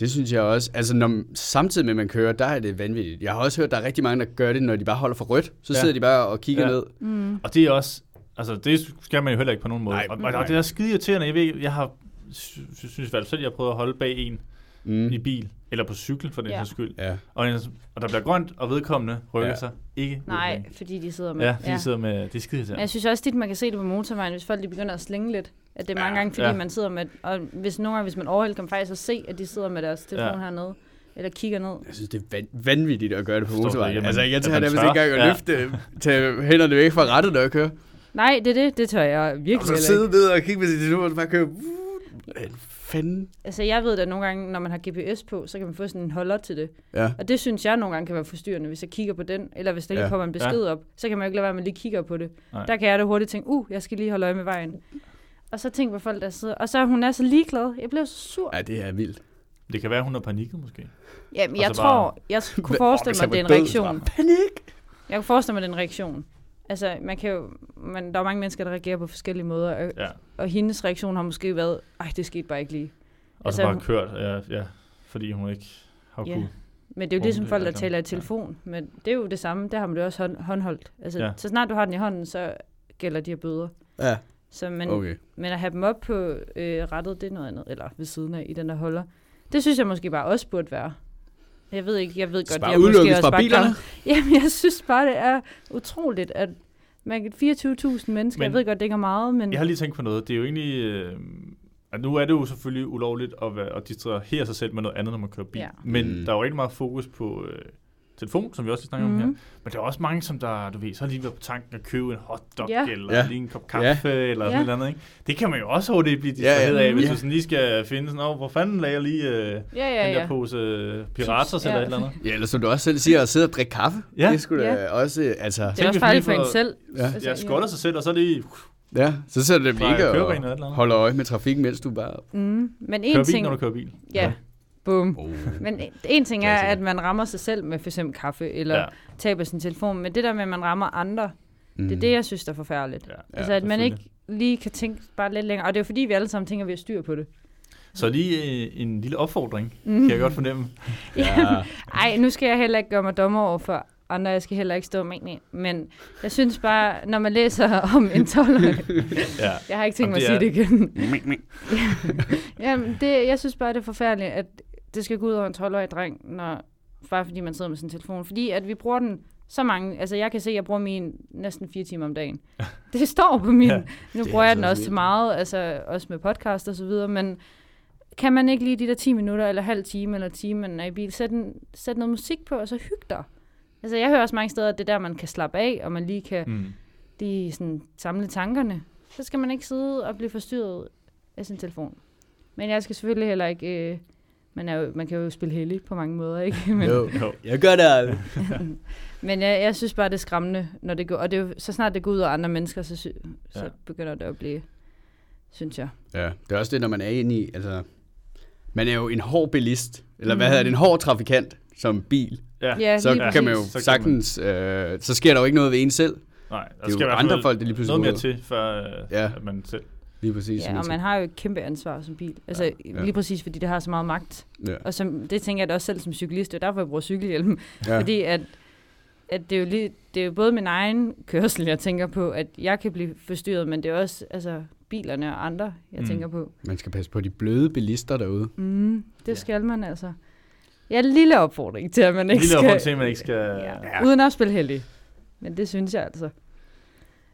[SPEAKER 4] det synes jeg også, altså når, samtidig med, at man kører, der er det vanvittigt. Jeg har også hørt, at der er rigtig mange, der gør det, når de bare holder for rødt. Så
[SPEAKER 2] Ja.
[SPEAKER 4] ja. sidder de bare og kigger
[SPEAKER 2] Ja.
[SPEAKER 4] ja. ned.
[SPEAKER 3] Mm.
[SPEAKER 2] Og det er også, altså det skal man jo heller ikke på nogen måde.
[SPEAKER 4] Nej,
[SPEAKER 2] og, og,
[SPEAKER 4] nej.
[SPEAKER 2] og det er skide irriterende. Jeg, ved, jeg har, sy- synes i hvert fald selv, jeg har prøvet at holde bag en
[SPEAKER 4] Mm.
[SPEAKER 2] i bil, eller på cykel for den
[SPEAKER 3] Ja.
[SPEAKER 2] ja. skyld.
[SPEAKER 4] Ja.
[SPEAKER 2] Og, en- og der bliver grønt, og vedkommende rykker
[SPEAKER 4] Ja.
[SPEAKER 2] sig ikke. ud af
[SPEAKER 3] Nej,
[SPEAKER 2] vejen.
[SPEAKER 3] fordi de sidder med.
[SPEAKER 2] Ja, de sidder med, det er skide
[SPEAKER 3] Men jeg
[SPEAKER 2] irriterende.
[SPEAKER 3] synes også tit, man kan se det på motorvejen, hvis folk de begynder at slinge lidt. At det er mange
[SPEAKER 4] Ja.
[SPEAKER 3] gange, fordi
[SPEAKER 2] Ja.
[SPEAKER 3] man sidder med... Og hvis nogle gange, hvis man overhælder, kan man faktisk også se, at de sidder med deres telefon
[SPEAKER 2] Ja.
[SPEAKER 3] hernede. Eller kigger ned.
[SPEAKER 4] Jeg synes, det er van- vanvittigt at gøre det på
[SPEAKER 2] Forstår
[SPEAKER 4] motorvejen.
[SPEAKER 2] ikke, at
[SPEAKER 4] Altså,
[SPEAKER 2] man-
[SPEAKER 4] jeg
[SPEAKER 2] at
[SPEAKER 4] tager
[SPEAKER 2] man
[SPEAKER 4] nærmest
[SPEAKER 2] tør.
[SPEAKER 4] ikke
[SPEAKER 2] Ja.
[SPEAKER 4] engang at løfte, tage hænderne væk fra rettet, når jeg kører.
[SPEAKER 3] Nej, det er det. Det tør jeg virkelig
[SPEAKER 4] Og så
[SPEAKER 3] heller ikke.
[SPEAKER 4] sidde ned og kigge på sin telefon, og bare køre. Hvordan fanden?
[SPEAKER 3] Altså, jeg ved da nogle gange, når man har GPS på, så kan man få sådan en holder til det.
[SPEAKER 4] Ja.
[SPEAKER 3] Og det synes jeg nogle gange kan være forstyrrende, hvis jeg kigger på den, eller hvis der lige
[SPEAKER 4] Ja.
[SPEAKER 3] ja. kommer en besked ja. op, så kan man jo ikke lade være med at lige kigger på det.
[SPEAKER 2] Nej.
[SPEAKER 3] Nej. Der kan jeg da hurtigt tænke, uh, jeg skal lige holde øje med vejen. Og så tænk på folk, der sidder. Og så er hun er så ligeglad. Jeg blev så sur.
[SPEAKER 4] Ja, det er vildt.
[SPEAKER 2] Det kan være, hun har panikket måske.
[SPEAKER 3] Jamen,
[SPEAKER 2] og
[SPEAKER 3] jeg
[SPEAKER 2] så
[SPEAKER 3] tror,
[SPEAKER 2] bare-
[SPEAKER 3] jeg kunne
[SPEAKER 4] Åh,
[SPEAKER 3] forestille
[SPEAKER 4] hvis
[SPEAKER 3] mig,
[SPEAKER 4] jeg
[SPEAKER 3] at
[SPEAKER 4] var
[SPEAKER 3] det er en
[SPEAKER 4] død,
[SPEAKER 3] reaktion.
[SPEAKER 4] så- Panik!
[SPEAKER 3] Jeg kunne forestille mig, at det er en reaktion. Altså, man kan jo, man, der er jo mange mennesker, der reagerer på forskellige måder, og,
[SPEAKER 2] Ja.
[SPEAKER 3] og hendes reaktion har måske været, ej, det skete bare ikke lige.
[SPEAKER 2] Og så
[SPEAKER 3] Altså,
[SPEAKER 2] bare
[SPEAKER 3] hun-
[SPEAKER 2] kørt, ja, ja, fordi hun ikke har
[SPEAKER 3] Ja.
[SPEAKER 2] kunnet.
[SPEAKER 3] Men det er jo
[SPEAKER 2] Bruge
[SPEAKER 3] ligesom
[SPEAKER 2] det,
[SPEAKER 3] folk, der
[SPEAKER 2] altså.
[SPEAKER 3] taler i
[SPEAKER 2] Ja.
[SPEAKER 3] telefon. Men det er jo det samme. Der har man det også hånd, håndholdt. Altså,
[SPEAKER 2] Ja.
[SPEAKER 3] ja. Så snart du har den i hånden, så gælder de her bøder.
[SPEAKER 4] Ja,
[SPEAKER 3] Så, men, okay.
[SPEAKER 4] okay.
[SPEAKER 3] men at have dem op på øh, rettet, det er noget andet. Eller ved siden af i den der holder. Det synes jeg måske bare også burde være. Jeg ved ikke, jeg ved
[SPEAKER 4] Så
[SPEAKER 3] godt,
[SPEAKER 4] bare
[SPEAKER 3] det er måske
[SPEAKER 4] udelukkes
[SPEAKER 3] også
[SPEAKER 4] fra
[SPEAKER 3] bare
[SPEAKER 4] bilerne?
[SPEAKER 3] gammel- Jamen, jeg synes bare, det er utroligt, at man kan 24.000 mennesker,
[SPEAKER 2] Men-
[SPEAKER 3] jeg ved godt, det ikke er meget, men
[SPEAKER 2] Jeg har lige tænkt på noget. Det er jo egentlig... Øh, at nu er det jo selvfølgelig ulovligt at, være, at distrahere sig selv med noget andet, når man kører bil. Ja.
[SPEAKER 3] Ja.
[SPEAKER 2] Men
[SPEAKER 4] Mm.
[SPEAKER 2] der er jo rigtig meget fokus på øh, telefon, som vi også lige snakker mm. om her.
[SPEAKER 3] Mhm.
[SPEAKER 2] Men der er også mange, som der, du ved, så har lige været på tanken at købe en hotdog,
[SPEAKER 3] Ja.
[SPEAKER 2] eller
[SPEAKER 4] Ja.
[SPEAKER 2] lige en kop kaffe, eller sådan
[SPEAKER 3] Ja.
[SPEAKER 2] et eller andet. Ikke? Det kan man jo også hurtigt blive
[SPEAKER 4] Ja, ja.
[SPEAKER 2] distraheret af, hvis
[SPEAKER 4] Ja.
[SPEAKER 2] du sådan lige skal finde sådan, oh, hvor fanden lagde jeg lige øh, ja,
[SPEAKER 3] ja,
[SPEAKER 2] ja.
[SPEAKER 3] ja,
[SPEAKER 2] den der
[SPEAKER 3] ja.
[SPEAKER 2] pose øh, piratas
[SPEAKER 3] Chips,
[SPEAKER 2] eller
[SPEAKER 3] ja.
[SPEAKER 2] et eller andet.
[SPEAKER 4] Ja, eller som du også selv siger, at sidde og drikke kaffe.
[SPEAKER 2] Ja.
[SPEAKER 4] Det skulle da
[SPEAKER 3] Ja.
[SPEAKER 4] også, altså...
[SPEAKER 3] Det er
[SPEAKER 2] hvis man
[SPEAKER 3] også farligt for
[SPEAKER 2] lige
[SPEAKER 3] en
[SPEAKER 2] får-
[SPEAKER 3] selv.
[SPEAKER 4] Ja.
[SPEAKER 3] Altså,
[SPEAKER 2] Jeg skotter sig selv, og så lige
[SPEAKER 4] Ja, så sidder det
[SPEAKER 2] Fra
[SPEAKER 4] ikke
[SPEAKER 2] kørebanen eller et eller
[SPEAKER 4] og
[SPEAKER 2] andet.
[SPEAKER 4] holder øje med trafikken, mens du bare...
[SPEAKER 3] Mm, men en
[SPEAKER 2] kører bil,
[SPEAKER 3] ting...
[SPEAKER 2] når du kører bil.
[SPEAKER 3] Ja, bum.
[SPEAKER 4] Oh.
[SPEAKER 3] Men en- en ting er,
[SPEAKER 4] Klassiker.
[SPEAKER 3] at man rammer sig selv med for eksempel kaffe, eller
[SPEAKER 2] Ja.
[SPEAKER 3] ja. taber sin telefon, men det der med, at man rammer andre, mm.
[SPEAKER 4] Mm.
[SPEAKER 3] det er det, jeg synes, der er forfærdeligt. Ja,
[SPEAKER 2] Ja.
[SPEAKER 3] altså, at man
[SPEAKER 2] selvfølgelig.
[SPEAKER 3] ikke lige kan tænke bare lidt længere, og det er jo fordi, vi alle sammen tænker, at vi har styr på det.
[SPEAKER 2] Så lige øh, en lille opfordring,
[SPEAKER 3] Mm.
[SPEAKER 2] kan jeg godt fornemme.
[SPEAKER 4] Ja.
[SPEAKER 3] Ej, nu skal jeg heller ikke gøre mig dommer over for andre, jeg skal heller ikke stå med en, men jeg synes bare, når man læser om en 12
[SPEAKER 2] Ja.
[SPEAKER 3] jeg har ikke tænkt mig at sige
[SPEAKER 2] Jamen,
[SPEAKER 3] det igen. Jamen, det, jeg synes bare, det er forfærdeligt, at det skal gå ud over en 12-årig dreng, når, bare fordi man sidder med sin telefon. Fordi at vi bruger den så mange, altså jeg kan se, at jeg bruger min næsten fire timer om dagen. Det står på min.
[SPEAKER 2] Ja,
[SPEAKER 3] Ja, nu
[SPEAKER 4] er
[SPEAKER 3] bruger jeg
[SPEAKER 4] altså
[SPEAKER 3] den
[SPEAKER 4] også
[SPEAKER 3] også til
[SPEAKER 4] vildt.
[SPEAKER 3] meget, altså også med podcast og så videre, men kan man ikke lige de der 10 minutter, eller halv time, eller time, man er i bil, sæt, en, sæt noget musik på, og så hyg dig. Altså, jeg hører også mange steder, at det er der, man kan slappe af, og man lige kan
[SPEAKER 2] Mm.
[SPEAKER 3] lige sådan, samle tankerne. Så skal man ikke sidde og blive forstyrret af sin telefon. Men jeg skal selvfølgelig heller ikke... Øh, man, er jo, man kan jo spille heldig på mange måder, ikke? Men,
[SPEAKER 4] mm. Jo,
[SPEAKER 2] Jo.
[SPEAKER 4] jeg gør det aldrig.
[SPEAKER 3] men jeg, jeg synes bare, det er skræmmende, når det går. Og det er jo, så snart det går ud over andre mennesker, så, sy- så
[SPEAKER 2] Ja.
[SPEAKER 3] begynder det at blive, synes jeg.
[SPEAKER 4] Ja, det er også det, når man er inde i, altså, man er jo en hård bilist, eller hvad hedder det, en hård trafikant som bil.
[SPEAKER 2] Ja.
[SPEAKER 3] Mm. Ja,
[SPEAKER 4] så
[SPEAKER 3] lige
[SPEAKER 4] kan
[SPEAKER 3] præcis.
[SPEAKER 4] man jo
[SPEAKER 2] Så kan man-
[SPEAKER 4] sagtens, øh, så sker der jo ikke noget ved en selv.
[SPEAKER 2] Nej, der
[SPEAKER 4] er
[SPEAKER 2] skal
[SPEAKER 4] jo
[SPEAKER 2] i hvert fald
[SPEAKER 4] andre folk, der lige pludselig
[SPEAKER 2] Noget mere
[SPEAKER 4] går ud.
[SPEAKER 2] til, før øh,
[SPEAKER 4] Ja.
[SPEAKER 2] at man selv...
[SPEAKER 4] Lige præcis. som
[SPEAKER 3] Ja, og
[SPEAKER 4] siger.
[SPEAKER 3] man har jo et kæmpe ansvar som bil. Altså ja,
[SPEAKER 4] ja.
[SPEAKER 3] ja. lige præcis, fordi det har så meget magt.
[SPEAKER 4] ja.
[SPEAKER 3] Og som, det tænker jeg da også selv som cyklist. Det er derfor, jeg bruger cykelhjelm.
[SPEAKER 4] Ja.
[SPEAKER 3] Ja. Fordi at, at det, er jo lige, det er jo både min egen kørsel, jeg tænker på, at jeg kan blive forstyrret, men det er også altså, bilerne og andre, jeg
[SPEAKER 2] Mm.
[SPEAKER 3] mm. tænker på.
[SPEAKER 4] Man skal passe på de bløde bilister derude.
[SPEAKER 3] Mm, det
[SPEAKER 2] Ja.
[SPEAKER 3] ja. skal man altså. Ja, en lille opfordring til, at man ikke
[SPEAKER 2] Lille
[SPEAKER 3] skal...
[SPEAKER 2] opfordring til, at man ikke skal... Ja.
[SPEAKER 3] Ja. Uden at spille heldig. Men det synes jeg altså.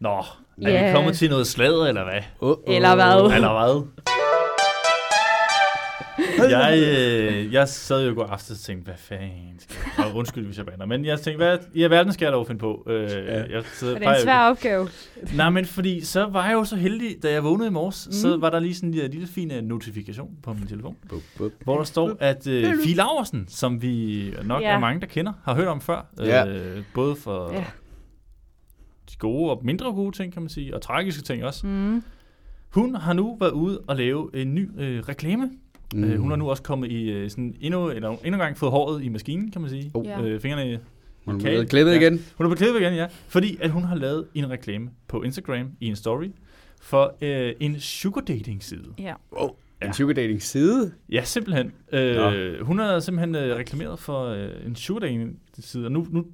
[SPEAKER 2] Nå, er vi
[SPEAKER 3] Ja.
[SPEAKER 2] kommet til noget sladder, eller hvad?
[SPEAKER 4] Oh,
[SPEAKER 3] Eller hvad?
[SPEAKER 2] Eller hvad? Jeg, øh, jeg sad jo i går aftes og tænkte, hvad fanden skal jeg... Og undskyld, hvis jeg bander. Men jeg tænkte, hvad i alverden skal jeg dog finde på? Øh, jeg sidder,
[SPEAKER 3] Og det er en svær opgave.
[SPEAKER 2] Nej, men fordi så var jeg jo så heldig, da jeg vågnede i morges, mm. så var der lige sådan en lille fin øh, notifikation på min telefon,
[SPEAKER 4] Bup, bup.
[SPEAKER 2] hvor der står, at øh, Fie Laversen, som vi nok
[SPEAKER 3] Ja.
[SPEAKER 2] er mange, der kender, har hørt om før, øh, både for
[SPEAKER 3] Ja.
[SPEAKER 2] de gode og mindre gode ting, kan man sige, og tragiske ting også,
[SPEAKER 3] Mm.
[SPEAKER 2] hun har nu været ude og lave en ny øh, reklame. Mm. Øh, hun har nu også kommet i øh, sådan endnu, eller endnu en gang fået håret i maskinen, kan man sige.
[SPEAKER 4] Oh.
[SPEAKER 3] Ja.
[SPEAKER 2] Øh, fingrene i-
[SPEAKER 4] Mm. Hun er
[SPEAKER 2] Okay.
[SPEAKER 4] blevet klippet
[SPEAKER 2] Ja.
[SPEAKER 4] igen.
[SPEAKER 2] Hun er på klippet igen, ja. Fordi at hun har lavet en reklame på Instagram i en story for øh, en sugar dating side.
[SPEAKER 3] Ja.
[SPEAKER 4] Oh, en
[SPEAKER 2] Ja.
[SPEAKER 4] sugar dating side.
[SPEAKER 2] Ja, simpelthen. Øh, hun har simpelthen øh, reklameret for øh, en sugar dating side. Og nu, nu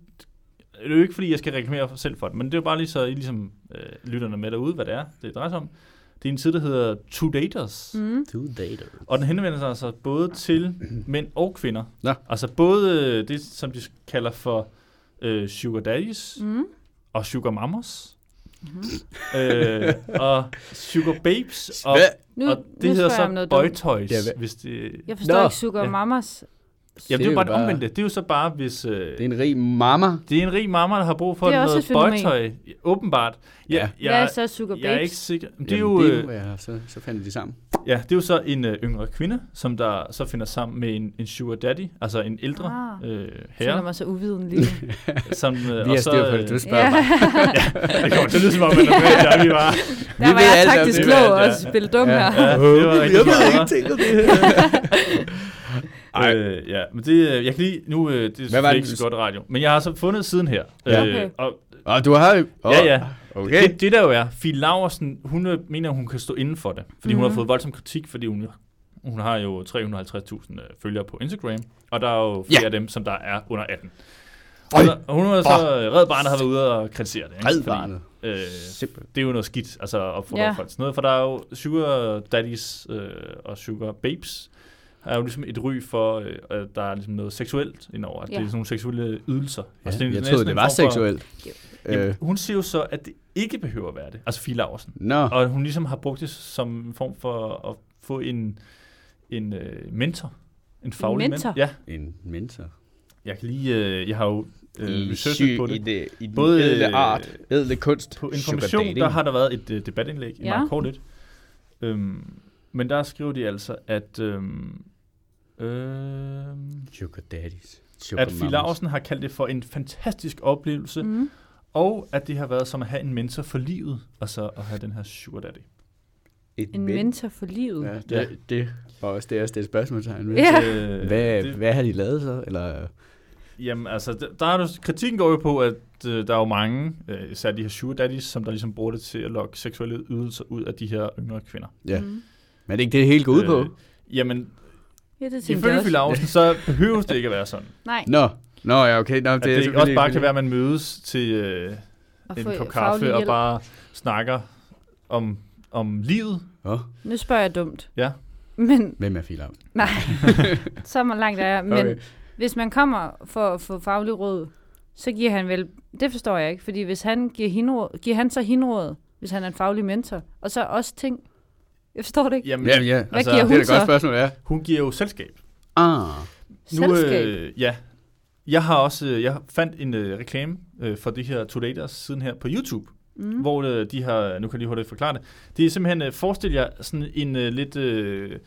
[SPEAKER 2] er det jo ikke, fordi jeg skal reklamere for, selv for det, men det er jo bare lige så, I ligesom øh, lytter med derude, hvad det er, det drejer sig om. Det er en side, der hedder To Daters. Mm.
[SPEAKER 3] Mm.
[SPEAKER 4] Two dater.
[SPEAKER 2] Og den henvender sig altså både til mænd og kvinder.
[SPEAKER 4] Nå.
[SPEAKER 2] Altså både øh, det, som de kalder for øh, sugar daddies mm. og sugar mamas.
[SPEAKER 3] Mm-hmm.
[SPEAKER 2] Mm. Øh, og sugar babes og,
[SPEAKER 4] Hvad?
[SPEAKER 3] Nu,
[SPEAKER 2] og det
[SPEAKER 3] nu
[SPEAKER 2] hedder
[SPEAKER 3] spørger jeg om
[SPEAKER 2] så
[SPEAKER 3] noget
[SPEAKER 2] boy
[SPEAKER 3] dumt.
[SPEAKER 2] toys.
[SPEAKER 4] Ja, hvad-
[SPEAKER 2] hvis det,
[SPEAKER 3] Jeg forstår
[SPEAKER 4] Nå.
[SPEAKER 3] ikke sugar
[SPEAKER 2] Ja.
[SPEAKER 3] ja. mamas.
[SPEAKER 2] ja, det er jo bare det omvendte.
[SPEAKER 4] Det
[SPEAKER 2] Det er jo så bare, hvis... Øh,
[SPEAKER 4] er en rig mama.
[SPEAKER 2] det er en rig mamma, der har brug for
[SPEAKER 3] Det er også
[SPEAKER 2] noget
[SPEAKER 3] et fænomen.
[SPEAKER 2] boytøj. Åbenbart. Ja,
[SPEAKER 4] Ja.
[SPEAKER 2] Jeg,
[SPEAKER 3] Hvad er så sugar babes?
[SPEAKER 2] jeg er ikke sikker. Det er
[SPEAKER 4] Jamen,
[SPEAKER 2] jo,
[SPEAKER 4] det
[SPEAKER 2] øh,
[SPEAKER 4] er jo ja, så, så fandt de sammen.
[SPEAKER 2] Ja, det er jo så en øh, yngre kvinde, som der så finder sammen med en, en sugar daddy, altså en ældre
[SPEAKER 3] Ah.
[SPEAKER 2] øh,
[SPEAKER 3] Jeg føler
[SPEAKER 2] herre,
[SPEAKER 3] mig så uviden lige. nu.
[SPEAKER 2] som øh,
[SPEAKER 4] Vi har styr på det, du spørger mig.
[SPEAKER 2] det kommer til at lyde som om, at der ved, der vi var.
[SPEAKER 3] Der var
[SPEAKER 4] ved
[SPEAKER 3] jeg
[SPEAKER 4] alt om
[SPEAKER 3] taktisk
[SPEAKER 4] det.
[SPEAKER 3] klog
[SPEAKER 2] Vi ved
[SPEAKER 3] og
[SPEAKER 2] alt, ja.
[SPEAKER 3] spille dum
[SPEAKER 4] Ja.
[SPEAKER 3] her.
[SPEAKER 2] Ja, det var rigtig meget.
[SPEAKER 4] tænkt det her. Ej.
[SPEAKER 2] Øh, ja, men det, øh, jeg kan lige, nu, øh, det er
[SPEAKER 4] Hvad var
[SPEAKER 2] selvfølgelig
[SPEAKER 4] det,
[SPEAKER 2] ikke
[SPEAKER 4] du-
[SPEAKER 2] så godt radio, men jeg har så fundet siden her. øh,
[SPEAKER 4] Ja.
[SPEAKER 3] Okay.
[SPEAKER 2] og,
[SPEAKER 4] Og du har jo... Åh,
[SPEAKER 2] ja, ja.
[SPEAKER 4] Okay.
[SPEAKER 2] Okay. Det, det der jo er, Fie Laversen, hun øh, mener, hun kan stå inden for det, fordi
[SPEAKER 3] Mhm.
[SPEAKER 2] mm-hmm. hun har fået voldsom kritik, fordi hun, hun har jo 350.000 øh, følgere på Instagram, og der er jo flere
[SPEAKER 4] Ja.
[SPEAKER 2] ja. af dem, som der er under 18.
[SPEAKER 4] Oj.
[SPEAKER 2] Og der- og hun har så øh, Red Barnet har været ude og kritisere det. ikke?
[SPEAKER 4] Red
[SPEAKER 2] Fordi,
[SPEAKER 4] barnet.
[SPEAKER 2] Øh,
[SPEAKER 4] Simpelthen.
[SPEAKER 2] det er jo noget skidt, altså op for
[SPEAKER 3] Ja.
[SPEAKER 2] ja. folk. Sådan noget, for der er jo sugar daddies øh, og sugar babes, der er jo ligesom et ry for, øh, at der er ligesom noget seksuelt indover. at Det
[SPEAKER 3] Ja.
[SPEAKER 2] er sådan nogle seksuelle ydelser.
[SPEAKER 4] Ja,
[SPEAKER 2] Altså, det er
[SPEAKER 4] jeg
[SPEAKER 2] næsten
[SPEAKER 4] troede,
[SPEAKER 2] en
[SPEAKER 4] det var
[SPEAKER 2] form for-
[SPEAKER 4] seksuelt.
[SPEAKER 2] Jamen,
[SPEAKER 4] Øh,
[SPEAKER 2] hun siger jo så, at det ikke behøver at være det. Altså Fie Laursen.
[SPEAKER 4] Nå,
[SPEAKER 2] Og hun ligesom har brugt det som en form for at få en, en øh, mentor. En faglig
[SPEAKER 3] mentor?
[SPEAKER 2] Ja,
[SPEAKER 4] en mentor.
[SPEAKER 2] jeg kan lige... Øh, jeg har jo øh, researchet
[SPEAKER 4] syg-
[SPEAKER 2] på det.
[SPEAKER 4] I, det, i den
[SPEAKER 2] Både,
[SPEAKER 4] Både ædle
[SPEAKER 2] øh,
[SPEAKER 4] art, ædle kunst.
[SPEAKER 2] På
[SPEAKER 4] sugar
[SPEAKER 2] information,
[SPEAKER 4] dating.
[SPEAKER 2] der har der været et øh, debatindlæg, ja.
[SPEAKER 3] Ja.
[SPEAKER 2] meget kort lidt. Øhm, men der skriver de altså, at... Øhm, øhm,
[SPEAKER 4] Sugar daddies. Sugar
[SPEAKER 2] at Fie Laursen har kaldt det for en fantastisk oplevelse, mm.
[SPEAKER 3] Mm.
[SPEAKER 2] og at det har været som at have en mentor for livet, og så at have den her sugar daddy.
[SPEAKER 4] Et
[SPEAKER 3] En
[SPEAKER 4] men-
[SPEAKER 3] mentor for livet. Mm.
[SPEAKER 4] Ja, det,
[SPEAKER 2] Ja.
[SPEAKER 4] det var også det, jeg stillede spørgsmålstegn ved.
[SPEAKER 3] Ja.
[SPEAKER 2] Øh,
[SPEAKER 4] Hvad,
[SPEAKER 2] det-
[SPEAKER 4] hvad har de lavet så? Eller,
[SPEAKER 2] Jamen altså, der, der er, jo- kritikken går jo på, at øh, der er jo mange, øh, især de her sugar daddies, som der ligesom bruger det til at lokke seksuelle ydelser ud af de her yngre kvinder.
[SPEAKER 4] ja. Mm.
[SPEAKER 3] Mm.
[SPEAKER 4] Men er det ikke det, det hele går
[SPEAKER 2] Øh,
[SPEAKER 4] ud på?
[SPEAKER 2] Jamen,
[SPEAKER 3] ja det tænkte jeg
[SPEAKER 2] ifølge
[SPEAKER 3] også.
[SPEAKER 2] Filausen, så behøves det ikke at være sådan.
[SPEAKER 3] Nej,
[SPEAKER 4] Nå, Nå ja, okay. Nå,
[SPEAKER 2] At det, det
[SPEAKER 4] selvfølgelig
[SPEAKER 2] også bare
[SPEAKER 4] ikke-
[SPEAKER 2] kan være, at man mødes til øh,
[SPEAKER 3] og
[SPEAKER 2] en
[SPEAKER 3] få
[SPEAKER 2] kop
[SPEAKER 3] faglig
[SPEAKER 2] kaffe og
[SPEAKER 3] hjælp.
[SPEAKER 2] bare snakker om, om livet.
[SPEAKER 4] Åh,
[SPEAKER 3] Nu spørger jeg dumt.
[SPEAKER 2] Ja.
[SPEAKER 3] Men,
[SPEAKER 4] hvem er Fie Laursen?
[SPEAKER 3] nej, så meget langt er jeg. Men
[SPEAKER 4] Okay.
[SPEAKER 3] okay. hvis man kommer for at få faglig råd, så giver han vel... Det forstår jeg ikke, fordi hvis han giver, hende råd, giver han så hende råd, hvis han er en faglig mentor, og så også ting... Jeg forstår det ikke.
[SPEAKER 2] Jamen,
[SPEAKER 4] Ja, ja.
[SPEAKER 3] Hvad
[SPEAKER 2] altså,
[SPEAKER 3] giver
[SPEAKER 4] Det
[SPEAKER 3] hun
[SPEAKER 4] er da et godt
[SPEAKER 3] så?
[SPEAKER 4] spørgsmål, ja.
[SPEAKER 2] hun giver jo selskab.
[SPEAKER 4] Ah,
[SPEAKER 3] Selskab.
[SPEAKER 2] øh, ja, Jeg har også, øh, jeg fandt en øh, reklame øh, for de her Todaters siden her på YouTube, mm. hvor øh, de har, nu kan jeg lige hurtigt forklare det, det er simpelthen, øh, forestil jer sådan en øh, lidt øh,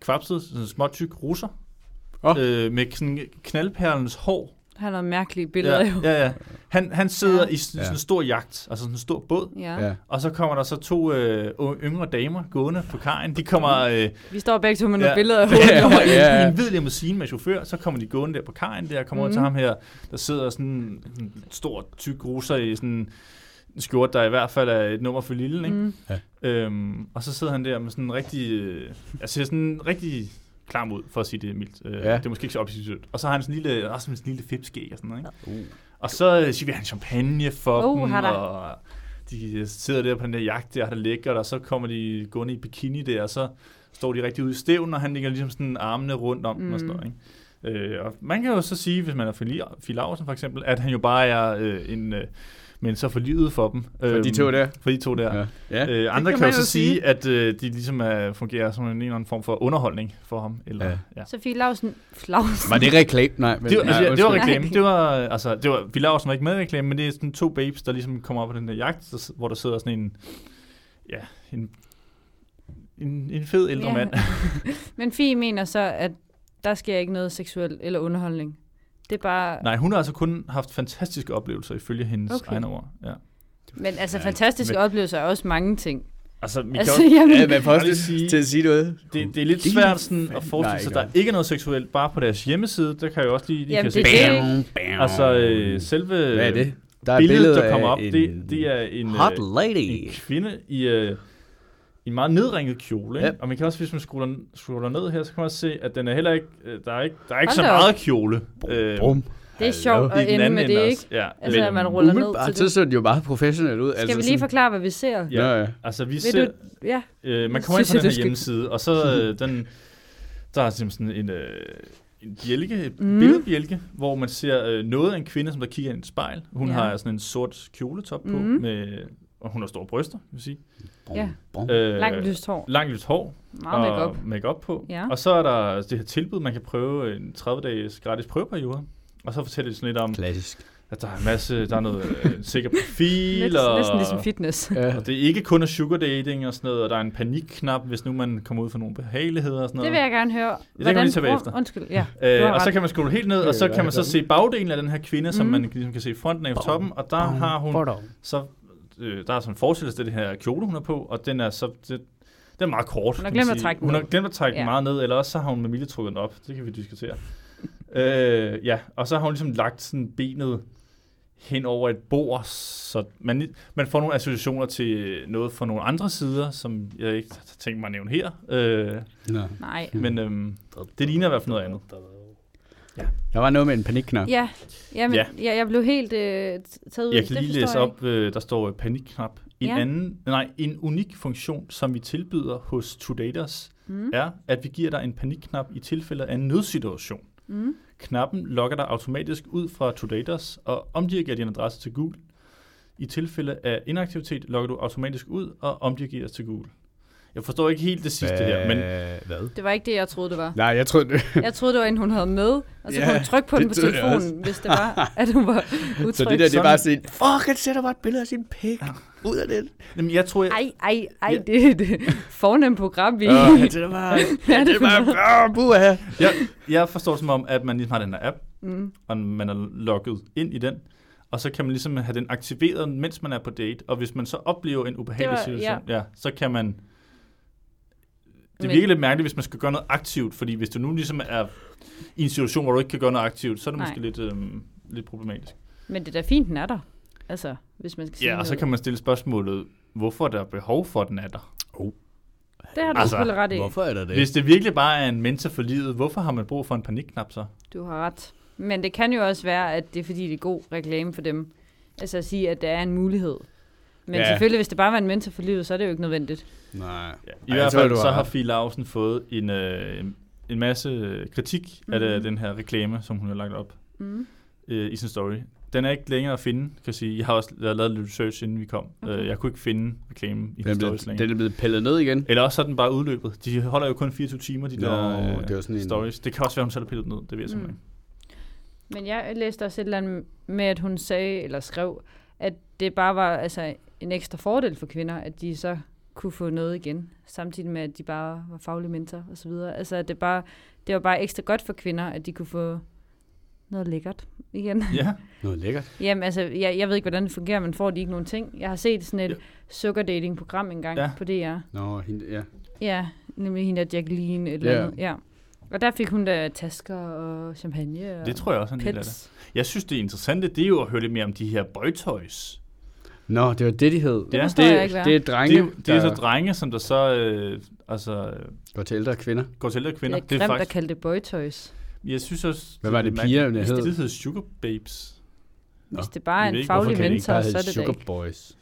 [SPEAKER 2] kvapset, sådan småtyk russer,
[SPEAKER 4] Åh.
[SPEAKER 2] oh. øh, med sådan knaldperlens hår.
[SPEAKER 3] Han har nogle mærkelige billeder
[SPEAKER 2] ja,
[SPEAKER 3] jo.
[SPEAKER 2] ja, ja. Han, han sidder
[SPEAKER 3] Ja.
[SPEAKER 2] ja. i sådan,
[SPEAKER 4] Ja.
[SPEAKER 2] sådan en stor jagt, altså sådan en stor båd,
[SPEAKER 3] Ja.
[SPEAKER 4] Ja.
[SPEAKER 2] og så kommer der så to øh, unge- yngre damer gående på kajen. De kommer øh,
[SPEAKER 3] Vi står begge to med nogle
[SPEAKER 2] Ja.
[SPEAKER 3] billeder af
[SPEAKER 2] de
[SPEAKER 3] hovedet.
[SPEAKER 2] kommer i,
[SPEAKER 4] Ja, ja.
[SPEAKER 2] i en hvid limousine med chauffør, så kommer de gående der på kajen der, kommer mm.
[SPEAKER 3] Mhm.
[SPEAKER 2] over til ham her, der sidder sådan en en stor, tyk russer i sådan en skjort, der i hvert fald er et nummer for lille, ikke?
[SPEAKER 3] Mm.
[SPEAKER 2] Mm. Øhm, og så sidder han der med sådan en rigtig, øh, jeg ser sådan en rigtig klam ud, for at sige det mildt. Øh,
[SPEAKER 4] Ja.
[SPEAKER 2] Det er måske ikke så objektivt. Og så har han sådan en lille, også sådan en lille fipskæg og sådan noget, ikke?
[SPEAKER 4] Uh.
[SPEAKER 2] Og så øh, siger vi, han champagne for
[SPEAKER 3] Oh,
[SPEAKER 2] oh, dem,
[SPEAKER 3] har der.
[SPEAKER 2] og de sidder der på den der jagt der, og der ligger, og så kommer de gående i bikini der, og så står de rigtig ude i stævnen, og han ligger ligesom sådan armene rundt om mm. dem og sådan noget, ikke? Øh, og man kan jo så sige, hvis man er Fili- Filausen for eksempel, at han jo bare er øh, en øh, men så for livet for dem. For
[SPEAKER 4] de to der?
[SPEAKER 2] For de to der.
[SPEAKER 4] Ja.
[SPEAKER 2] Ja.
[SPEAKER 4] ja.
[SPEAKER 2] Øh, andre
[SPEAKER 3] kan
[SPEAKER 2] kan, kan
[SPEAKER 3] man
[SPEAKER 2] jo så
[SPEAKER 3] jo sige.
[SPEAKER 2] sige, at øh, de ligesom er, fungerer som en eller anden form for underholdning for ham. Eller,
[SPEAKER 4] Ja.
[SPEAKER 2] ja. Ja.
[SPEAKER 3] Sofie Lausen. Flausen.
[SPEAKER 4] Var det reklame? Nej, men,
[SPEAKER 2] Det var, altså,
[SPEAKER 4] nej,
[SPEAKER 2] ja, det var
[SPEAKER 4] undskyld.
[SPEAKER 2] reklame. Det var, altså, det var, vi laver sådan ikke med i reklame, men det er sådan to babes, der ligesom kommer op på den der jagt, så s- hvor der sidder sådan en, ja, en, en, en fed ældre
[SPEAKER 3] Ja.
[SPEAKER 2] mand.
[SPEAKER 3] Men Fie mener så, at der sker ikke noget seksuelt eller underholdning. Det er bare...
[SPEAKER 2] Nej, hun har altså kun haft fantastiske oplevelser ifølge hendes
[SPEAKER 3] Okay.
[SPEAKER 2] okay. egne ord. Ja.
[SPEAKER 3] Men altså,
[SPEAKER 4] Ja,
[SPEAKER 3] fantastiske
[SPEAKER 4] men-
[SPEAKER 3] oplevelser er også mange ting.
[SPEAKER 2] Altså, vi
[SPEAKER 3] Altså,
[SPEAKER 2] altså, kan,
[SPEAKER 3] jamen,
[SPEAKER 4] Ja, men for
[SPEAKER 2] Jeg vil
[SPEAKER 4] også
[SPEAKER 2] sige-
[SPEAKER 4] til at sige noget.
[SPEAKER 2] det, det er lidt
[SPEAKER 4] Det er
[SPEAKER 2] svært sådan, at
[SPEAKER 4] fandme-
[SPEAKER 2] forestille
[SPEAKER 4] nej,
[SPEAKER 2] sig, at
[SPEAKER 4] nej.
[SPEAKER 2] der ikke er noget seksuelt. Bare på deres hjemmeside, der kan jeg også lige, lige
[SPEAKER 3] Jamen,
[SPEAKER 2] kan
[SPEAKER 3] det
[SPEAKER 2] se.
[SPEAKER 3] er
[SPEAKER 4] bam.
[SPEAKER 2] Altså, øh, selve
[SPEAKER 4] Hvad er det? Der er
[SPEAKER 2] billedet,
[SPEAKER 4] billede
[SPEAKER 2] der kommer
[SPEAKER 4] af
[SPEAKER 2] op,
[SPEAKER 4] en
[SPEAKER 2] det, det er en... øh,
[SPEAKER 4] Hot
[SPEAKER 2] en
[SPEAKER 4] lady.
[SPEAKER 2] kvinde i øh, en meget nedringet kjole. Ikke?
[SPEAKER 4] Ja.
[SPEAKER 2] Ja. Og man kan også, hvis man scroller, scroller ned her, så kan man også se, at den er heller ikke, øh, der er ikke, der er ikke
[SPEAKER 3] Hold
[SPEAKER 2] så
[SPEAKER 3] da op.
[SPEAKER 2] meget kjole. Øh,
[SPEAKER 4] Bum.
[SPEAKER 3] Det er
[SPEAKER 4] Hallo.
[SPEAKER 2] i
[SPEAKER 3] sjovt at
[SPEAKER 2] den
[SPEAKER 3] ende
[SPEAKER 2] anden
[SPEAKER 3] med det,
[SPEAKER 2] ende
[SPEAKER 3] ikke?
[SPEAKER 2] også. Ja.
[SPEAKER 3] Altså,
[SPEAKER 2] men,
[SPEAKER 3] at man ruller ned
[SPEAKER 4] Umiddelbart,
[SPEAKER 3] til
[SPEAKER 4] Ah, så
[SPEAKER 3] det.
[SPEAKER 4] så det jo meget professionelt ud.
[SPEAKER 2] Altså,
[SPEAKER 4] Altså
[SPEAKER 3] Skal vi lige forklare, hvad vi ser?
[SPEAKER 2] Ja.
[SPEAKER 4] Ja,
[SPEAKER 2] Altså, vi
[SPEAKER 3] Vil
[SPEAKER 2] ser,
[SPEAKER 3] du... Ja.
[SPEAKER 2] øh, man
[SPEAKER 3] Synes
[SPEAKER 2] kommer ind på
[SPEAKER 3] jeg,
[SPEAKER 2] den
[SPEAKER 3] du
[SPEAKER 2] her
[SPEAKER 3] skal-
[SPEAKER 2] hjemmeside, og så øh, den, der er simpelthen sådan en, øh, en bjælke, et mm. billedbjælke, hvor man ser øh, noget af en kvinde, som der kigger ind i et spejl. Hun
[SPEAKER 3] Ja.
[SPEAKER 2] ja. har sådan en sort kjoletop på,
[SPEAKER 3] Mhm.
[SPEAKER 2] med, og hun har store bryster, vil jeg sige.
[SPEAKER 3] Ja.
[SPEAKER 4] Bum.
[SPEAKER 2] Øh,
[SPEAKER 3] Langt lyst hår.
[SPEAKER 2] Langt lyst hår,
[SPEAKER 3] Meget makeup.
[SPEAKER 2] og make på.
[SPEAKER 3] Ja.
[SPEAKER 2] Og så er der altså det her tilbud, man kan prøve en 30-dages gratis prøveperiode. Og så fortæller de sådan lidt om,
[SPEAKER 4] Klassisk.
[SPEAKER 2] at der er en masse, der er noget øh, sikker profil,
[SPEAKER 3] Lidt,
[SPEAKER 2] og,
[SPEAKER 3] næsten ligesom fitness.
[SPEAKER 4] Ja.
[SPEAKER 2] og det er ikke kun er sugar dating og sådan noget, og der er en panikknap, hvis nu man kommer ud for nogle behageligheder og sådan noget.
[SPEAKER 3] Det vil jeg gerne høre.
[SPEAKER 2] vi lige tage
[SPEAKER 3] bruger-
[SPEAKER 2] bagefter.
[SPEAKER 3] Undskyld, ja. Du har
[SPEAKER 2] Øh, og så
[SPEAKER 3] ret.
[SPEAKER 2] kan man scrolle helt ned, og så
[SPEAKER 4] Øh,
[SPEAKER 2] kan man så
[SPEAKER 4] hvad
[SPEAKER 2] se bagdelen af den her kvinde, som
[SPEAKER 3] Mhm.
[SPEAKER 2] man ligesom kan se fronten af på toppen, og der har hun så, øh, der er sådan en forskel til det her kjole, hun har på, og den er så, det, den er meget kort.
[SPEAKER 3] Hun har
[SPEAKER 2] kan man
[SPEAKER 3] glemt at
[SPEAKER 2] sige.
[SPEAKER 3] trække den
[SPEAKER 2] Hun har
[SPEAKER 3] ned.
[SPEAKER 2] glemt at trække
[SPEAKER 3] Ja.
[SPEAKER 2] den meget ned, eller også så har hun med milje trukket den op. Det kan vi diskutere. øh, ja, og så har hun ligesom lagt sådan benet hen over et bord, så man, man får nogle associationer til noget fra nogle andre sider, som jeg ikke har tænkt mig at nævne her. Øh,
[SPEAKER 4] Nå.
[SPEAKER 3] Nej.
[SPEAKER 2] men øhm, det ligner i hvert fald noget andet.
[SPEAKER 4] Der var noget med en panikknap.
[SPEAKER 3] Ja, Jamen,
[SPEAKER 2] Ja.
[SPEAKER 3] ja, jeg blev helt øh, t- taget ud.
[SPEAKER 2] Jeg kan
[SPEAKER 3] Det
[SPEAKER 2] lige
[SPEAKER 3] forstår
[SPEAKER 2] læse
[SPEAKER 3] jeg
[SPEAKER 2] op, øh, der står øh, panikknap. En
[SPEAKER 3] Ja.
[SPEAKER 2] ja. anden, nej, en unik funktion, som vi tilbyder hos Tudators, mm. er, at vi giver dig en panikknap i tilfælde af en nødsituation.
[SPEAKER 3] Mm.
[SPEAKER 2] Knappen logger dig automatisk ud fra Tudators og omdirigerer din adresse til Google. I tilfælde af inaktivitet logger du automatisk ud og omdirigeres til Google. Jeg forstår ikke helt det sidste her, men
[SPEAKER 4] Hvad?
[SPEAKER 3] Det var ikke det, jeg troede, det var.
[SPEAKER 4] Nej, jeg troede...
[SPEAKER 3] Jeg troede, det var en, hun havde med, og så
[SPEAKER 4] Ja,
[SPEAKER 3] kunne hun trykke på
[SPEAKER 4] det
[SPEAKER 3] den på
[SPEAKER 4] troede jeg
[SPEAKER 3] telefonen, hvis det var, at hun var utryg.
[SPEAKER 4] Så det der, det er
[SPEAKER 2] sådan-
[SPEAKER 4] bare sådan, fuck, han sætter bare et billede af sin pik ud af den.
[SPEAKER 2] jamen, jeg tror, jeg,
[SPEAKER 3] Ej, ej, ej, det er det fornemme program, vi...
[SPEAKER 4] Åh, han sætter bare... Han sætter bare... Åh, buha.
[SPEAKER 2] jeg, jeg forstår det som om, at man ligesom har den her app, mm. og man er logget ind i den, og så kan man ligesom have den aktiveret, mens man er på date, og hvis man så oplever en ubehagelig
[SPEAKER 3] Det var-
[SPEAKER 2] situation, ja. Ja, så kan man... Det
[SPEAKER 3] Men-
[SPEAKER 2] virker lidt mærkeligt, hvis man skal gøre noget aktivt, fordi hvis du nu ligesom er i en situation, hvor du ikke kan gøre noget aktivt, så er det
[SPEAKER 3] Nej.
[SPEAKER 2] måske lidt, øhm, lidt problematisk.
[SPEAKER 3] Men det er da fint, den er der. Altså, hvis man skal sige
[SPEAKER 2] Ja, og så
[SPEAKER 3] noget.
[SPEAKER 2] kan man stille spørgsmålet, hvorfor der er behov for, at den er der?
[SPEAKER 3] Det har du altså,
[SPEAKER 2] Altså,
[SPEAKER 3] selvfølgelig ret i.
[SPEAKER 4] Hvorfor er der det?
[SPEAKER 2] Hvis det virkelig bare er en mentor for livet, hvorfor har man brug for en panikknap så?
[SPEAKER 3] Du har ret. Men det kan jo også være, at det er fordi, det er god reklame for dem. Altså at sige, at der er en mulighed. Men ja.
[SPEAKER 4] Ja.
[SPEAKER 3] selvfølgelig, hvis det bare var en mentor for livet, så er det jo ikke nødvendigt.
[SPEAKER 4] Nej.
[SPEAKER 2] Ja, I
[SPEAKER 4] Ej, jeg
[SPEAKER 2] hvert
[SPEAKER 4] tror,
[SPEAKER 2] fald
[SPEAKER 4] du
[SPEAKER 2] så
[SPEAKER 4] har
[SPEAKER 2] har
[SPEAKER 4] ret.
[SPEAKER 2] Fie Lausen fået en, øh, en masse øh, kritik mm-hmm. af det- den her reklame, som hun har lagt op
[SPEAKER 3] Mm.
[SPEAKER 2] øh, i sin story. Den er ikke længere at finde, kan jeg sige. Jeg har også lavet, lavet lidt research, inden vi kom. Okay. Øh, jeg kunne ikke finde reklamen i
[SPEAKER 4] Den er,
[SPEAKER 2] den story
[SPEAKER 4] blevet,
[SPEAKER 2] længere.
[SPEAKER 4] den er blevet pillet ned igen.
[SPEAKER 2] Eller også så er den bare udløbet. De holder jo kun 24 timer, de
[SPEAKER 4] Nå,
[SPEAKER 2] der øh,
[SPEAKER 4] det var sådan en-
[SPEAKER 3] Mm.
[SPEAKER 2] stories. Det kan også være, hun selv har pillet den ned. Det ved jeg simpelthen ikke.
[SPEAKER 3] Men jeg læste også et eller andet med, at hun sagde eller skrev, at det bare var altså, en ekstra fordel for kvinder, at de så kunne få noget igen, samtidig med, at de bare var faglige mentor og så videre. Altså, at det, bare, det var bare ekstra godt for kvinder, at de kunne få noget lækkert igen.
[SPEAKER 2] Ja.
[SPEAKER 4] Noget lækkert.
[SPEAKER 3] Jamen, altså, jeg, jeg ved ikke, hvordan det fungerer, men får de ikke nogen ting? Jeg har set sådan et
[SPEAKER 2] Ja.
[SPEAKER 3] ja. sugardating-program engang
[SPEAKER 2] Ja.
[SPEAKER 3] ja. på DR.
[SPEAKER 4] Nå, hende, ja.
[SPEAKER 3] Ja, nemlig hende der Jacqueline et eller
[SPEAKER 4] Ja.
[SPEAKER 3] andet. Ja. Og der fik hun da tasker og champagne og
[SPEAKER 2] Det tror jeg også er en del af det.
[SPEAKER 3] pets.
[SPEAKER 2] Jeg synes, det interessante, det er jo at høre lidt mere om de her boytoys.
[SPEAKER 4] Nå, det var det, de hed.
[SPEAKER 2] Ja.
[SPEAKER 3] forstår jeg ikke,
[SPEAKER 4] det,
[SPEAKER 3] hvad
[SPEAKER 4] det er
[SPEAKER 2] Det,
[SPEAKER 4] drenge,
[SPEAKER 2] er jo- det er så
[SPEAKER 4] der
[SPEAKER 2] drenge, som der så øh, altså, øh,
[SPEAKER 4] går til ældre kvinder.
[SPEAKER 2] går til ældre kvinder.
[SPEAKER 3] Det er grimt faktisk... at kalde det boytoys.
[SPEAKER 2] Jeg synes også...
[SPEAKER 4] Hvad var det, pigerne
[SPEAKER 2] hed?
[SPEAKER 4] hed?
[SPEAKER 2] Det hed Sugar Babes.
[SPEAKER 3] Hvis det bare er
[SPEAKER 2] Jeg ved
[SPEAKER 3] en
[SPEAKER 2] ikke, hvorfor
[SPEAKER 3] faglig
[SPEAKER 2] kan det ikke
[SPEAKER 3] mentor, så er det da
[SPEAKER 4] Sugar
[SPEAKER 3] ikke.
[SPEAKER 4] Boys.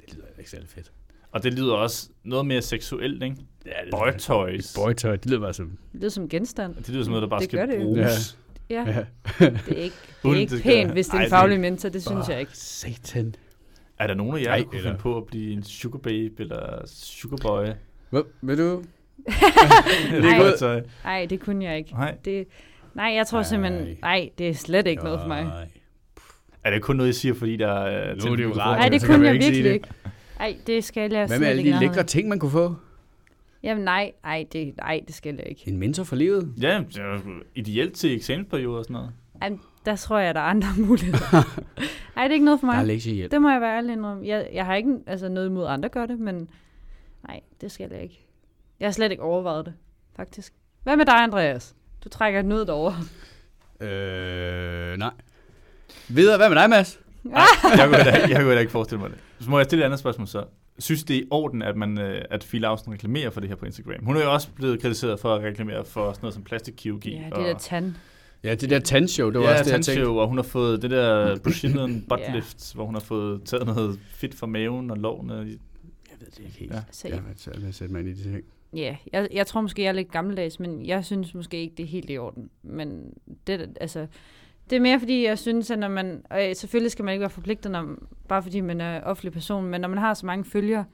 [SPEAKER 4] Det lyder ikke særlig fedt.
[SPEAKER 2] Og det lyder også noget mere seksuelt, ikke?
[SPEAKER 4] Ja, det
[SPEAKER 2] Boytoys.
[SPEAKER 4] Boytøj, det lyder bare som...
[SPEAKER 3] Det lyder som genstand.
[SPEAKER 2] Det lyder som noget, der bare
[SPEAKER 3] Det gør
[SPEAKER 2] skal
[SPEAKER 3] det jo.
[SPEAKER 2] bruges.
[SPEAKER 3] Ja,
[SPEAKER 4] Ja.
[SPEAKER 3] det er ikke, det
[SPEAKER 2] Uden,
[SPEAKER 3] er ikke
[SPEAKER 2] det skal-
[SPEAKER 3] pænt, hvis det er
[SPEAKER 2] Ej,
[SPEAKER 3] en
[SPEAKER 2] det-
[SPEAKER 3] faglig mentor. Det synes jeg ikke.
[SPEAKER 4] Satan.
[SPEAKER 2] Er der nogen af jer,
[SPEAKER 4] Ej,
[SPEAKER 2] der kunne
[SPEAKER 4] eller-
[SPEAKER 2] finde på at blive en sugar babe eller sugar boy?
[SPEAKER 4] Hvad, vil du?
[SPEAKER 2] Eller
[SPEAKER 3] ud.
[SPEAKER 2] boytoy?
[SPEAKER 3] Nej, det kunne jeg ikke.
[SPEAKER 2] Nej.
[SPEAKER 3] Det, nej, jeg tror
[SPEAKER 4] Ej.
[SPEAKER 3] simpelthen... Nej, det er slet ikke noget for mig.
[SPEAKER 2] Er det kun noget, I siger, fordi der er...
[SPEAKER 4] Nu er det jo rart. altså,
[SPEAKER 3] Nej, det
[SPEAKER 4] så kan
[SPEAKER 3] kunne
[SPEAKER 4] man
[SPEAKER 3] jeg
[SPEAKER 4] ikke sige
[SPEAKER 3] virkelig
[SPEAKER 4] det.
[SPEAKER 3] ikke. Nej, det skal jeg
[SPEAKER 4] Hvad
[SPEAKER 3] slet
[SPEAKER 4] med alle
[SPEAKER 3] ikke.
[SPEAKER 4] de
[SPEAKER 3] have
[SPEAKER 4] lækre ting, man kunne få?
[SPEAKER 3] Jamen nej, nej det, nej, det skal jeg ikke.
[SPEAKER 4] En mentor for livet?
[SPEAKER 2] Ja, det er jo ideelt til eksamensperioder og sådan noget.
[SPEAKER 3] Jamen, der tror jeg, der er andre muligheder. Nej, det er ikke noget for
[SPEAKER 4] Der
[SPEAKER 3] mig.
[SPEAKER 4] er lektiehjælp.
[SPEAKER 3] Det må jeg være ærlig indrømme. Jeg, jeg har ikke altså, noget imod at andre gør det, men nej, det skal jeg ikke. Jeg har slet ikke overvejet det, faktisk. Hvad med dig, Andreas? Du trækker den ud derovre.
[SPEAKER 4] Øh, nej. Videre, hvad med dig, Mads?
[SPEAKER 2] Nej, jeg kunne da, jeg kunne da ikke forestille mig det. Så må jeg stille et andet spørgsmål så. Synes det er i orden, at, man, øh, at Fie Lausen reklamerer for det her på Instagram? Hun er jo også blevet kritiseret for at reklamere for sådan noget som plastikkirurgi.
[SPEAKER 3] Ja, det er da tand.
[SPEAKER 4] Ja, det der tandshow, det var
[SPEAKER 2] ja,
[SPEAKER 4] også det, jeg
[SPEAKER 2] tandshow,
[SPEAKER 4] tænkte.
[SPEAKER 2] og hun har fået det der Brazilian butt
[SPEAKER 3] Ja.
[SPEAKER 2] lift, hvor hun har fået taget noget fedt fra maven og lovene.
[SPEAKER 4] Jeg ved det ikke helt.
[SPEAKER 2] Ja.
[SPEAKER 4] Ja.
[SPEAKER 3] Så,
[SPEAKER 4] Jeg har været svært ved at sætte mig ind i de ting.
[SPEAKER 3] ja, jeg, jeg tror måske, jeg er lidt gammeldags, men jeg synes måske ikke, det er helt i orden. Men det, altså, det er mere fordi, jeg synes, at når man... Og øh, selvfølgelig skal man ikke være forpligtet, når, bare fordi man er offentlig person, men når man har så mange følgere,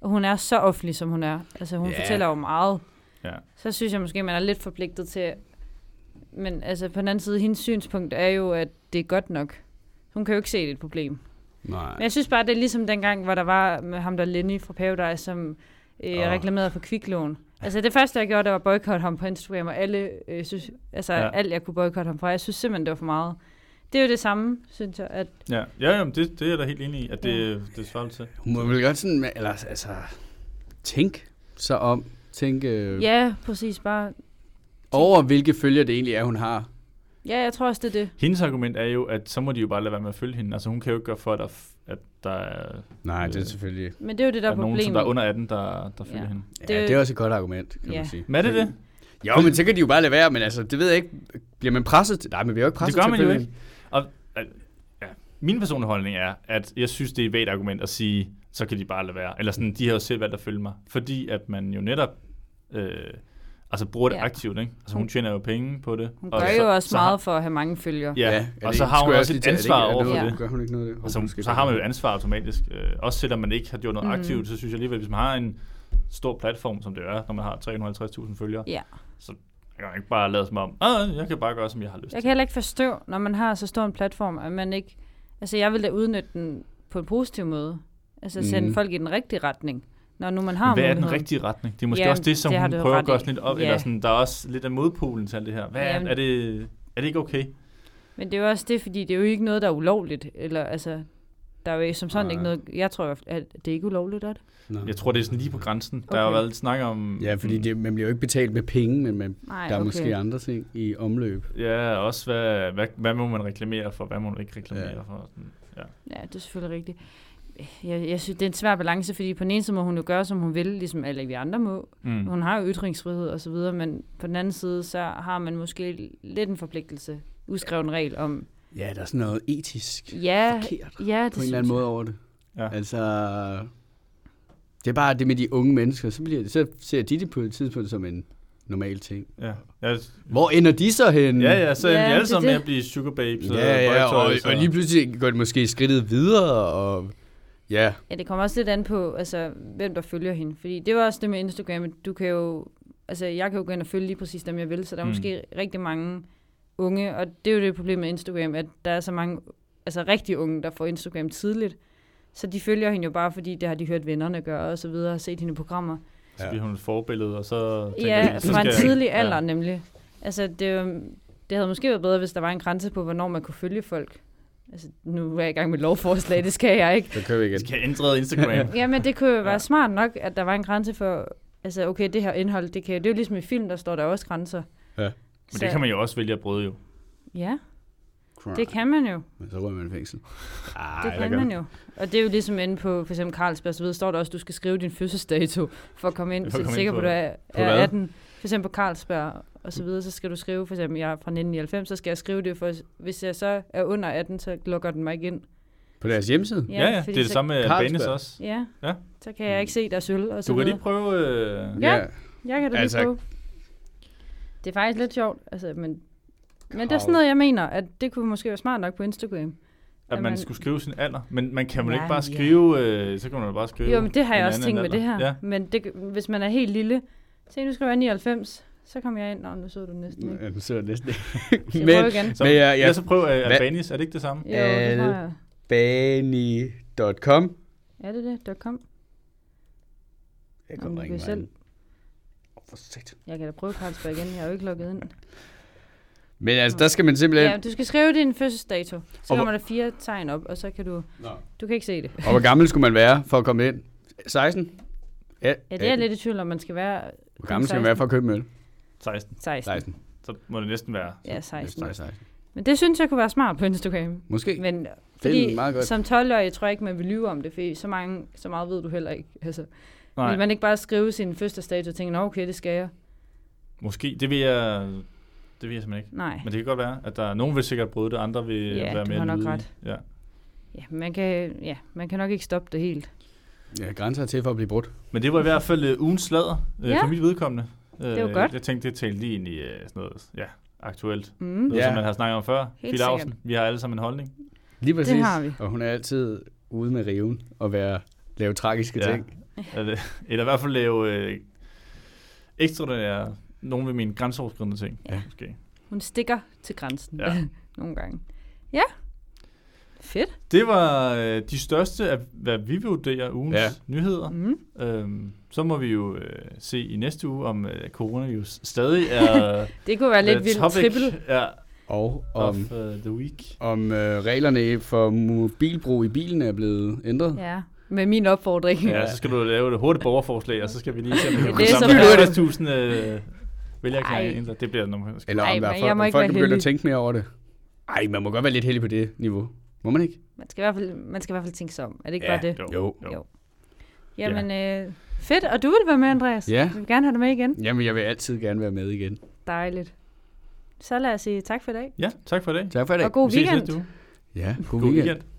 [SPEAKER 3] og hun er så offentlig, som hun er. Altså, hun
[SPEAKER 4] Ja.
[SPEAKER 3] fortæller jo meget.
[SPEAKER 2] Ja.
[SPEAKER 3] så synes jeg måske, man er lidt forpligtet til... Men altså, på den anden side, hendes synspunkt er jo, at det er godt nok. Hun kan jo ikke se, det er et problem.
[SPEAKER 4] Nej.
[SPEAKER 3] Men jeg synes bare, det er ligesom dengang, hvor der var med ham der Lenny fra Paradise, som øh,
[SPEAKER 4] Åh.
[SPEAKER 3] oh. reklamerede for kviklån. Altså det første, jeg gjorde, det var at boykotte ham på Instagram, og alle, øh, synes, altså,
[SPEAKER 2] Ja.
[SPEAKER 3] ja. alt jeg kunne boykotte ham fra. Jeg synes simpelthen, det var for meget. Det er jo det samme, synes jeg. At,
[SPEAKER 2] Ja, ja jamen, det, det er jeg da helt enig i, at det, det svarer til.
[SPEAKER 4] Hun må vel godt sådan, eller altså, tænk så om, tænk øh, ja.
[SPEAKER 3] ja, præcis bare.
[SPEAKER 4] over, hvilke følger det egentlig er, hun har.
[SPEAKER 3] Ja, jeg tror også, det er det.
[SPEAKER 2] Hendes argument er jo, at så må de jo bare lade være med at følge hende. Altså hun kan jo ikke gøre for, at der, f- at der er,
[SPEAKER 4] Nej,
[SPEAKER 2] det
[SPEAKER 4] det
[SPEAKER 2] er
[SPEAKER 4] er selvfølgelig...
[SPEAKER 3] Men det er jo det, der
[SPEAKER 2] der er
[SPEAKER 3] er
[SPEAKER 2] nogen, som der er
[SPEAKER 3] problemet.
[SPEAKER 2] under 18, der, der følger ja.
[SPEAKER 3] Ja.
[SPEAKER 2] hende.
[SPEAKER 4] Ja,
[SPEAKER 3] Det-
[SPEAKER 4] det er også et godt argument, kan
[SPEAKER 3] Ja.
[SPEAKER 4] man sige.
[SPEAKER 2] Men er det det?
[SPEAKER 4] Jo, men så kan de jo bare lade være, men altså, det ved jeg ikke. Bliver man presset til... Nej, men vi er jo ikke presset
[SPEAKER 2] Det gør
[SPEAKER 4] til
[SPEAKER 2] man jo
[SPEAKER 4] følging.
[SPEAKER 2] ikke. Og, øh, ja, min personlige holdning er, at jeg synes, det er et vagt argument at sige, så kan de bare lade være. Eller sådan, de har jo selv valgt at følge mig. Fordi at man jo netop øh, altså bruger det
[SPEAKER 3] Ja. Mm.
[SPEAKER 2] aktivt, ikke? Altså hun tjener jo penge på det.
[SPEAKER 3] Hun
[SPEAKER 2] og
[SPEAKER 3] gør
[SPEAKER 2] så,
[SPEAKER 3] jo også
[SPEAKER 2] Altså, så har-
[SPEAKER 3] meget for at have mange følgere.
[SPEAKER 2] Ja,
[SPEAKER 4] er
[SPEAKER 2] ja og
[SPEAKER 4] det
[SPEAKER 2] så
[SPEAKER 4] ikke-
[SPEAKER 2] har hun
[SPEAKER 4] skulle jeg
[SPEAKER 2] også
[SPEAKER 4] lige
[SPEAKER 2] et
[SPEAKER 4] tage- er det ikke-
[SPEAKER 2] ansvar
[SPEAKER 4] er det
[SPEAKER 2] over for
[SPEAKER 4] noget,
[SPEAKER 2] det.
[SPEAKER 4] Gør hun ikke noget af det?
[SPEAKER 2] Og så,
[SPEAKER 4] Måske
[SPEAKER 2] Altså, så har man jo et ansvar automatisk. Øh, også selvom man ikke har gjort noget mm. aktivt, så synes jeg alligevel, hvis man har en stor platform, som det er, når man har 350.000 følgere,
[SPEAKER 3] Ja.
[SPEAKER 2] så kan man ikke bare lade som om, "Ah, jeg kan bare gøre, som jeg har lyst
[SPEAKER 3] Jeg
[SPEAKER 2] til.
[SPEAKER 3] kan heller ikke forstå, når man har så stor en platform, at man ikke... Altså, jeg vil da udnytte den på en positiv måde. Altså, sende
[SPEAKER 4] Mhm.
[SPEAKER 3] mm. folk i den rigtige retning, når nu man har
[SPEAKER 2] Hvad er den
[SPEAKER 3] muligheden.
[SPEAKER 2] rigtige retning? Det er måske
[SPEAKER 3] Ja,
[SPEAKER 2] også det, som
[SPEAKER 3] det har
[SPEAKER 2] hun
[SPEAKER 3] du jo
[SPEAKER 2] prøver
[SPEAKER 3] ret
[SPEAKER 2] at gøre
[SPEAKER 3] i.
[SPEAKER 2] sådan lidt op.
[SPEAKER 3] Ja.
[SPEAKER 2] Eller sådan, der er også lidt af modpolen til alt det her. Hvad er,
[SPEAKER 3] Jamen.
[SPEAKER 2] er, det, er det ikke okay?
[SPEAKER 3] Men det er jo også det, fordi det er jo ikke noget, der er ulovligt. Eller, altså, der er jo som sådan Nej.
[SPEAKER 4] Nej.
[SPEAKER 3] ikke noget... Jeg tror, i hvert fald, at det er ikke ulovligt, er det?
[SPEAKER 4] Nå.
[SPEAKER 2] Jeg tror, det er sådan lige på grænsen. Der
[SPEAKER 3] Okay.
[SPEAKER 2] har jo været lidt snak om...
[SPEAKER 4] Ja, fordi det, man bliver jo ikke betalt med penge, men man,
[SPEAKER 3] Nej,
[SPEAKER 4] der er
[SPEAKER 3] Mm. okay.
[SPEAKER 4] måske andre ting i omløb.
[SPEAKER 2] Ja, også hvad, hvad, hvad må man reklamere for, hvad må man ikke reklamere
[SPEAKER 4] Ja.
[SPEAKER 2] ja. for. Sådan, ja.
[SPEAKER 3] Ja, det er selvfølgelig rigtigt. Jeg, jeg synes, det er en svær balance, fordi på den ene side må hun jo gøre, som hun vil, ligesom alle vi andre må.
[SPEAKER 2] Mm.
[SPEAKER 3] Hun har jo ytringsfrihed og så videre, men på den anden side, så har man måske lidt en forpligtelse, udskreven regel om,
[SPEAKER 4] Ja, der er sådan noget etisk
[SPEAKER 3] ja,
[SPEAKER 4] forkert
[SPEAKER 3] ja det
[SPEAKER 4] på en
[SPEAKER 3] synes
[SPEAKER 4] eller
[SPEAKER 3] jeg.
[SPEAKER 4] anden måde over det.
[SPEAKER 2] Ja.
[SPEAKER 4] Altså, det er bare det med de unge mennesker, så, bliver, så ser de det på et tidspunkt som en normal ting.
[SPEAKER 2] Ja. Jeg,
[SPEAKER 4] Hvor ender de så hen?
[SPEAKER 2] Ja, ja, så
[SPEAKER 3] Ja,
[SPEAKER 2] endte de
[SPEAKER 3] det er
[SPEAKER 2] alle sammen med
[SPEAKER 3] det.
[SPEAKER 2] at blive sugar babes. og
[SPEAKER 4] Ja, ja, og,
[SPEAKER 2] boytoys
[SPEAKER 4] og lige pludselig går det måske skridtet videre, og ja,
[SPEAKER 3] Ja, det kommer også lidt an på, altså, hvem der følger hende. Fordi det var også det med Instagram, at du kan jo... Altså, jeg kan jo gå ind og følge lige præcis dem, jeg vil, så der er
[SPEAKER 2] Mm.
[SPEAKER 3] mm. måske rigtig mange unge, og det er jo det problem med Instagram, at der er så mange altså rigtig unge, der får Instagram tidligt. Så de følger hende jo bare, fordi det har de hørt vennerne gøre og så videre, og set hende i programmer.
[SPEAKER 2] Så bliver hun et forbillede, og så... tænker
[SPEAKER 3] Ja,
[SPEAKER 2] de, så
[SPEAKER 3] fra en
[SPEAKER 2] skal jeg-
[SPEAKER 3] tidlig alder ja. nemlig. Altså, det, er jo- det havde måske været bedre, hvis der var en grænse på, hvornår man kunne følge folk. Altså, nu er jeg i gang med lovforslag, det skal jeg ikke.
[SPEAKER 4] Så kører vi
[SPEAKER 2] Ja.
[SPEAKER 4] igen.
[SPEAKER 2] De skal have ændret Instagram.
[SPEAKER 3] Jamen, det kunne jo være
[SPEAKER 2] Ja.
[SPEAKER 3] ja. smart nok, at der var en grænse for, altså, okay, det her indhold, det, kan, det er jo ligesom i film, der står der også grænser.
[SPEAKER 4] Ja. Men
[SPEAKER 2] Men det kan man jo også vælge at bryde jo.
[SPEAKER 3] Ja, det kan man jo.
[SPEAKER 4] Men så ryger man i fængsel. Ej,
[SPEAKER 3] Det kan man jo. Og det er jo ligesom inde på for eksempel Carlsberg, så videre, står der også, at du skal skrive din fødselsdato for at komme ind,
[SPEAKER 2] For at
[SPEAKER 3] så
[SPEAKER 2] komme ind
[SPEAKER 3] sikker
[SPEAKER 2] på-
[SPEAKER 3] på, at du er,
[SPEAKER 4] på
[SPEAKER 3] er
[SPEAKER 4] hvad?
[SPEAKER 3] 18. For eksempel på Carlsberg og så videre, så skal du skrive, for eksempel jeg er fra 1999, så skal jeg skrive det, for hvis jeg så er under 18, så lukker den mig ikke ind.
[SPEAKER 4] På deres hjemmeside?
[SPEAKER 2] Ja, ja,
[SPEAKER 3] fordi
[SPEAKER 2] det er det
[SPEAKER 3] så,
[SPEAKER 2] samme med
[SPEAKER 4] Carlsberg.
[SPEAKER 2] Albanes også.
[SPEAKER 3] Ja,
[SPEAKER 2] Ja.
[SPEAKER 3] så kan jeg ikke se deres øl og så
[SPEAKER 2] Du kan lige
[SPEAKER 3] videre.
[SPEAKER 2] prøve... Øh,
[SPEAKER 3] Ja. Jeg kan da
[SPEAKER 4] Altså-
[SPEAKER 3] lige prøve. Det er faktisk lidt sjovt, altså, men, men det er sådan noget, jeg mener, at det kunne måske være smart nok på Instagram.
[SPEAKER 2] at man
[SPEAKER 3] Jamen-
[SPEAKER 2] skulle skrive sin alder. Men man kan vel
[SPEAKER 3] Nej,
[SPEAKER 2] ikke bare
[SPEAKER 3] ja.
[SPEAKER 2] skrive... Øh, så kan man da bare skrive...
[SPEAKER 3] Jo, men det har jeg
[SPEAKER 2] en
[SPEAKER 3] også
[SPEAKER 2] anden
[SPEAKER 3] tænkt med
[SPEAKER 2] alder.
[SPEAKER 3] det
[SPEAKER 2] Ja.
[SPEAKER 3] her. Ja. Men det, hvis man er helt lille, se nu skal jeg være 99, så kommer jeg ind, og nu så du næsten ikke.
[SPEAKER 4] Ja, du sidder næsten ikke.
[SPEAKER 3] Så jeg
[SPEAKER 4] Men
[SPEAKER 3] prøver igen.
[SPEAKER 2] Så,
[SPEAKER 4] Men
[SPEAKER 2] men
[SPEAKER 4] jeg-
[SPEAKER 2] jeg,
[SPEAKER 4] jeg-
[SPEAKER 2] jeg, så prøv uh,
[SPEAKER 4] Hvad-
[SPEAKER 2] Albanis, er det ikke det samme?
[SPEAKER 3] Jo, det tror
[SPEAKER 4] Alle-
[SPEAKER 3] jeg.
[SPEAKER 4] bani.com.
[SPEAKER 3] Er det det? Der kom.
[SPEAKER 4] Jeg
[SPEAKER 3] Nå, men vi selv.
[SPEAKER 4] ind. Åh, for sat.
[SPEAKER 3] Jeg kan da prøve Carlsberg igen, jeg er jo ikke lukket ind.
[SPEAKER 4] Men altså, der skal man simpelthen...
[SPEAKER 3] Ja, du skal skrive din fødselsdato. Så
[SPEAKER 4] Og
[SPEAKER 3] kommer der fire tegn op, og så kan du...
[SPEAKER 4] Nå.
[SPEAKER 3] Du kan ikke se det.
[SPEAKER 4] Og hvor gammel skulle man være for at komme ind? 16?
[SPEAKER 3] Ja, det er jeg lidt i tvivl om, man skal være
[SPEAKER 4] Hvor gammel skal man være for at købe en øl?
[SPEAKER 2] 16.
[SPEAKER 3] 16.
[SPEAKER 4] 16.
[SPEAKER 2] Så må det næsten være.
[SPEAKER 3] Ja, 16.
[SPEAKER 4] 16.
[SPEAKER 3] Men det synes jeg kunne være smart på Instagram.
[SPEAKER 4] Måske.
[SPEAKER 3] Men
[SPEAKER 4] en
[SPEAKER 3] fordi
[SPEAKER 4] meget godt-
[SPEAKER 3] som 12-årig tror jeg ikke, man vil lyve om det, for så, mange, så meget ved du heller ikke. Altså,
[SPEAKER 2] Nej,
[SPEAKER 3] vil man ikke bare skrive sin fødselsdato og tænke, nå okay, det skal jeg?
[SPEAKER 2] måske. Det vil jeg... Det vil jeg simpelthen ikke.
[SPEAKER 3] Nej.
[SPEAKER 2] Men det kan godt være, at der er nogen vil sikkert bryde det, andre vil øh,
[SPEAKER 3] Ja,
[SPEAKER 2] være
[SPEAKER 3] du
[SPEAKER 2] mere
[SPEAKER 3] har nok
[SPEAKER 2] lydige.
[SPEAKER 3] ret.
[SPEAKER 2] Ja.
[SPEAKER 3] Ja, man kan, ja, man kan nok ikke stoppe det helt.
[SPEAKER 4] Ja, grænser er til for at blive brudt.
[SPEAKER 2] Men det var i hvert fald uh, ugens slader uh, ja.
[SPEAKER 3] Ja.
[SPEAKER 2] for mit vedkommende. Uh, det
[SPEAKER 3] var godt.
[SPEAKER 2] Jeg tænkte, det talte lige ind i uh, sådan noget ja, aktuelt.
[SPEAKER 3] Mm.
[SPEAKER 2] Noget,
[SPEAKER 4] Ja.
[SPEAKER 2] ja. som man har snakket om før.
[SPEAKER 3] Helt
[SPEAKER 2] Filausen, vi har alle sammen en holdning.
[SPEAKER 4] Lige præcis.
[SPEAKER 3] har vi.
[SPEAKER 4] Og hun er altid ude med riven og være, lave tragiske
[SPEAKER 2] Ja.
[SPEAKER 4] ting.
[SPEAKER 2] Eller, eller i hvert fald lave uh, ekstraordinære, nogle af mine grænseoverskridende ting.
[SPEAKER 3] Ja.
[SPEAKER 2] Måske.
[SPEAKER 3] Hun stikker til grænsen
[SPEAKER 2] Ja.
[SPEAKER 3] ja. nogle gange. Ja, fedt.
[SPEAKER 2] Det var øh, de største af, hvad vi vurderer ugens
[SPEAKER 4] Ja.
[SPEAKER 2] ja. nyheder.
[SPEAKER 3] Mm.
[SPEAKER 2] Øhm, så må vi jo øh, se i næste uge, om øh, coronavirus stadig er
[SPEAKER 3] Det kunne være lidt
[SPEAKER 2] øh,
[SPEAKER 3] vildt
[SPEAKER 2] topic
[SPEAKER 3] trippel.
[SPEAKER 2] ja,
[SPEAKER 4] Og
[SPEAKER 2] of
[SPEAKER 4] om,
[SPEAKER 2] uh, the week.
[SPEAKER 4] om øh, reglerne for mobilbrug i bilen er blevet ændret.
[SPEAKER 3] Ja, med min opfordring.
[SPEAKER 2] Ja. så skal du lave det hurtigt borgerforslag, og så skal vi lige se, om vi kan
[SPEAKER 3] Det
[SPEAKER 2] få
[SPEAKER 3] er så
[SPEAKER 2] samlet 50.000
[SPEAKER 3] flot.
[SPEAKER 2] øh, vælgerklæringer.
[SPEAKER 3] Ej.
[SPEAKER 2] ind, og Det bliver nok. måske.
[SPEAKER 4] Eller om
[SPEAKER 3] Ej,
[SPEAKER 4] der er
[SPEAKER 3] men
[SPEAKER 4] folk,
[SPEAKER 3] jeg må
[SPEAKER 4] om
[SPEAKER 3] ikke
[SPEAKER 4] folk
[SPEAKER 3] være
[SPEAKER 4] er begyndt at
[SPEAKER 3] heldig.
[SPEAKER 4] tænke mere over det. Ej, man må godt være lidt heldig på det niveau. Må man ikke?
[SPEAKER 3] Man skal, i hvert fald, man skal i hvert fald tænke sig om. Er det ikke
[SPEAKER 2] Ja,
[SPEAKER 3] bare det?
[SPEAKER 2] jo.
[SPEAKER 3] Jo. Jamen, øh, fedt. Og du vil være med, Andreas.
[SPEAKER 4] Ja.
[SPEAKER 3] Vi vil gerne have dig med igen.
[SPEAKER 4] Jamen, jeg vil altid gerne være med igen.
[SPEAKER 3] Dejligt. Så lad os sige tak for i dag.
[SPEAKER 2] Ja, tak for i dag.
[SPEAKER 4] Tak for i dag.
[SPEAKER 3] Og god
[SPEAKER 2] Vi ses
[SPEAKER 3] weekend.
[SPEAKER 2] næste uge.
[SPEAKER 4] Ja, god,
[SPEAKER 2] God
[SPEAKER 4] weekend.
[SPEAKER 2] weekend.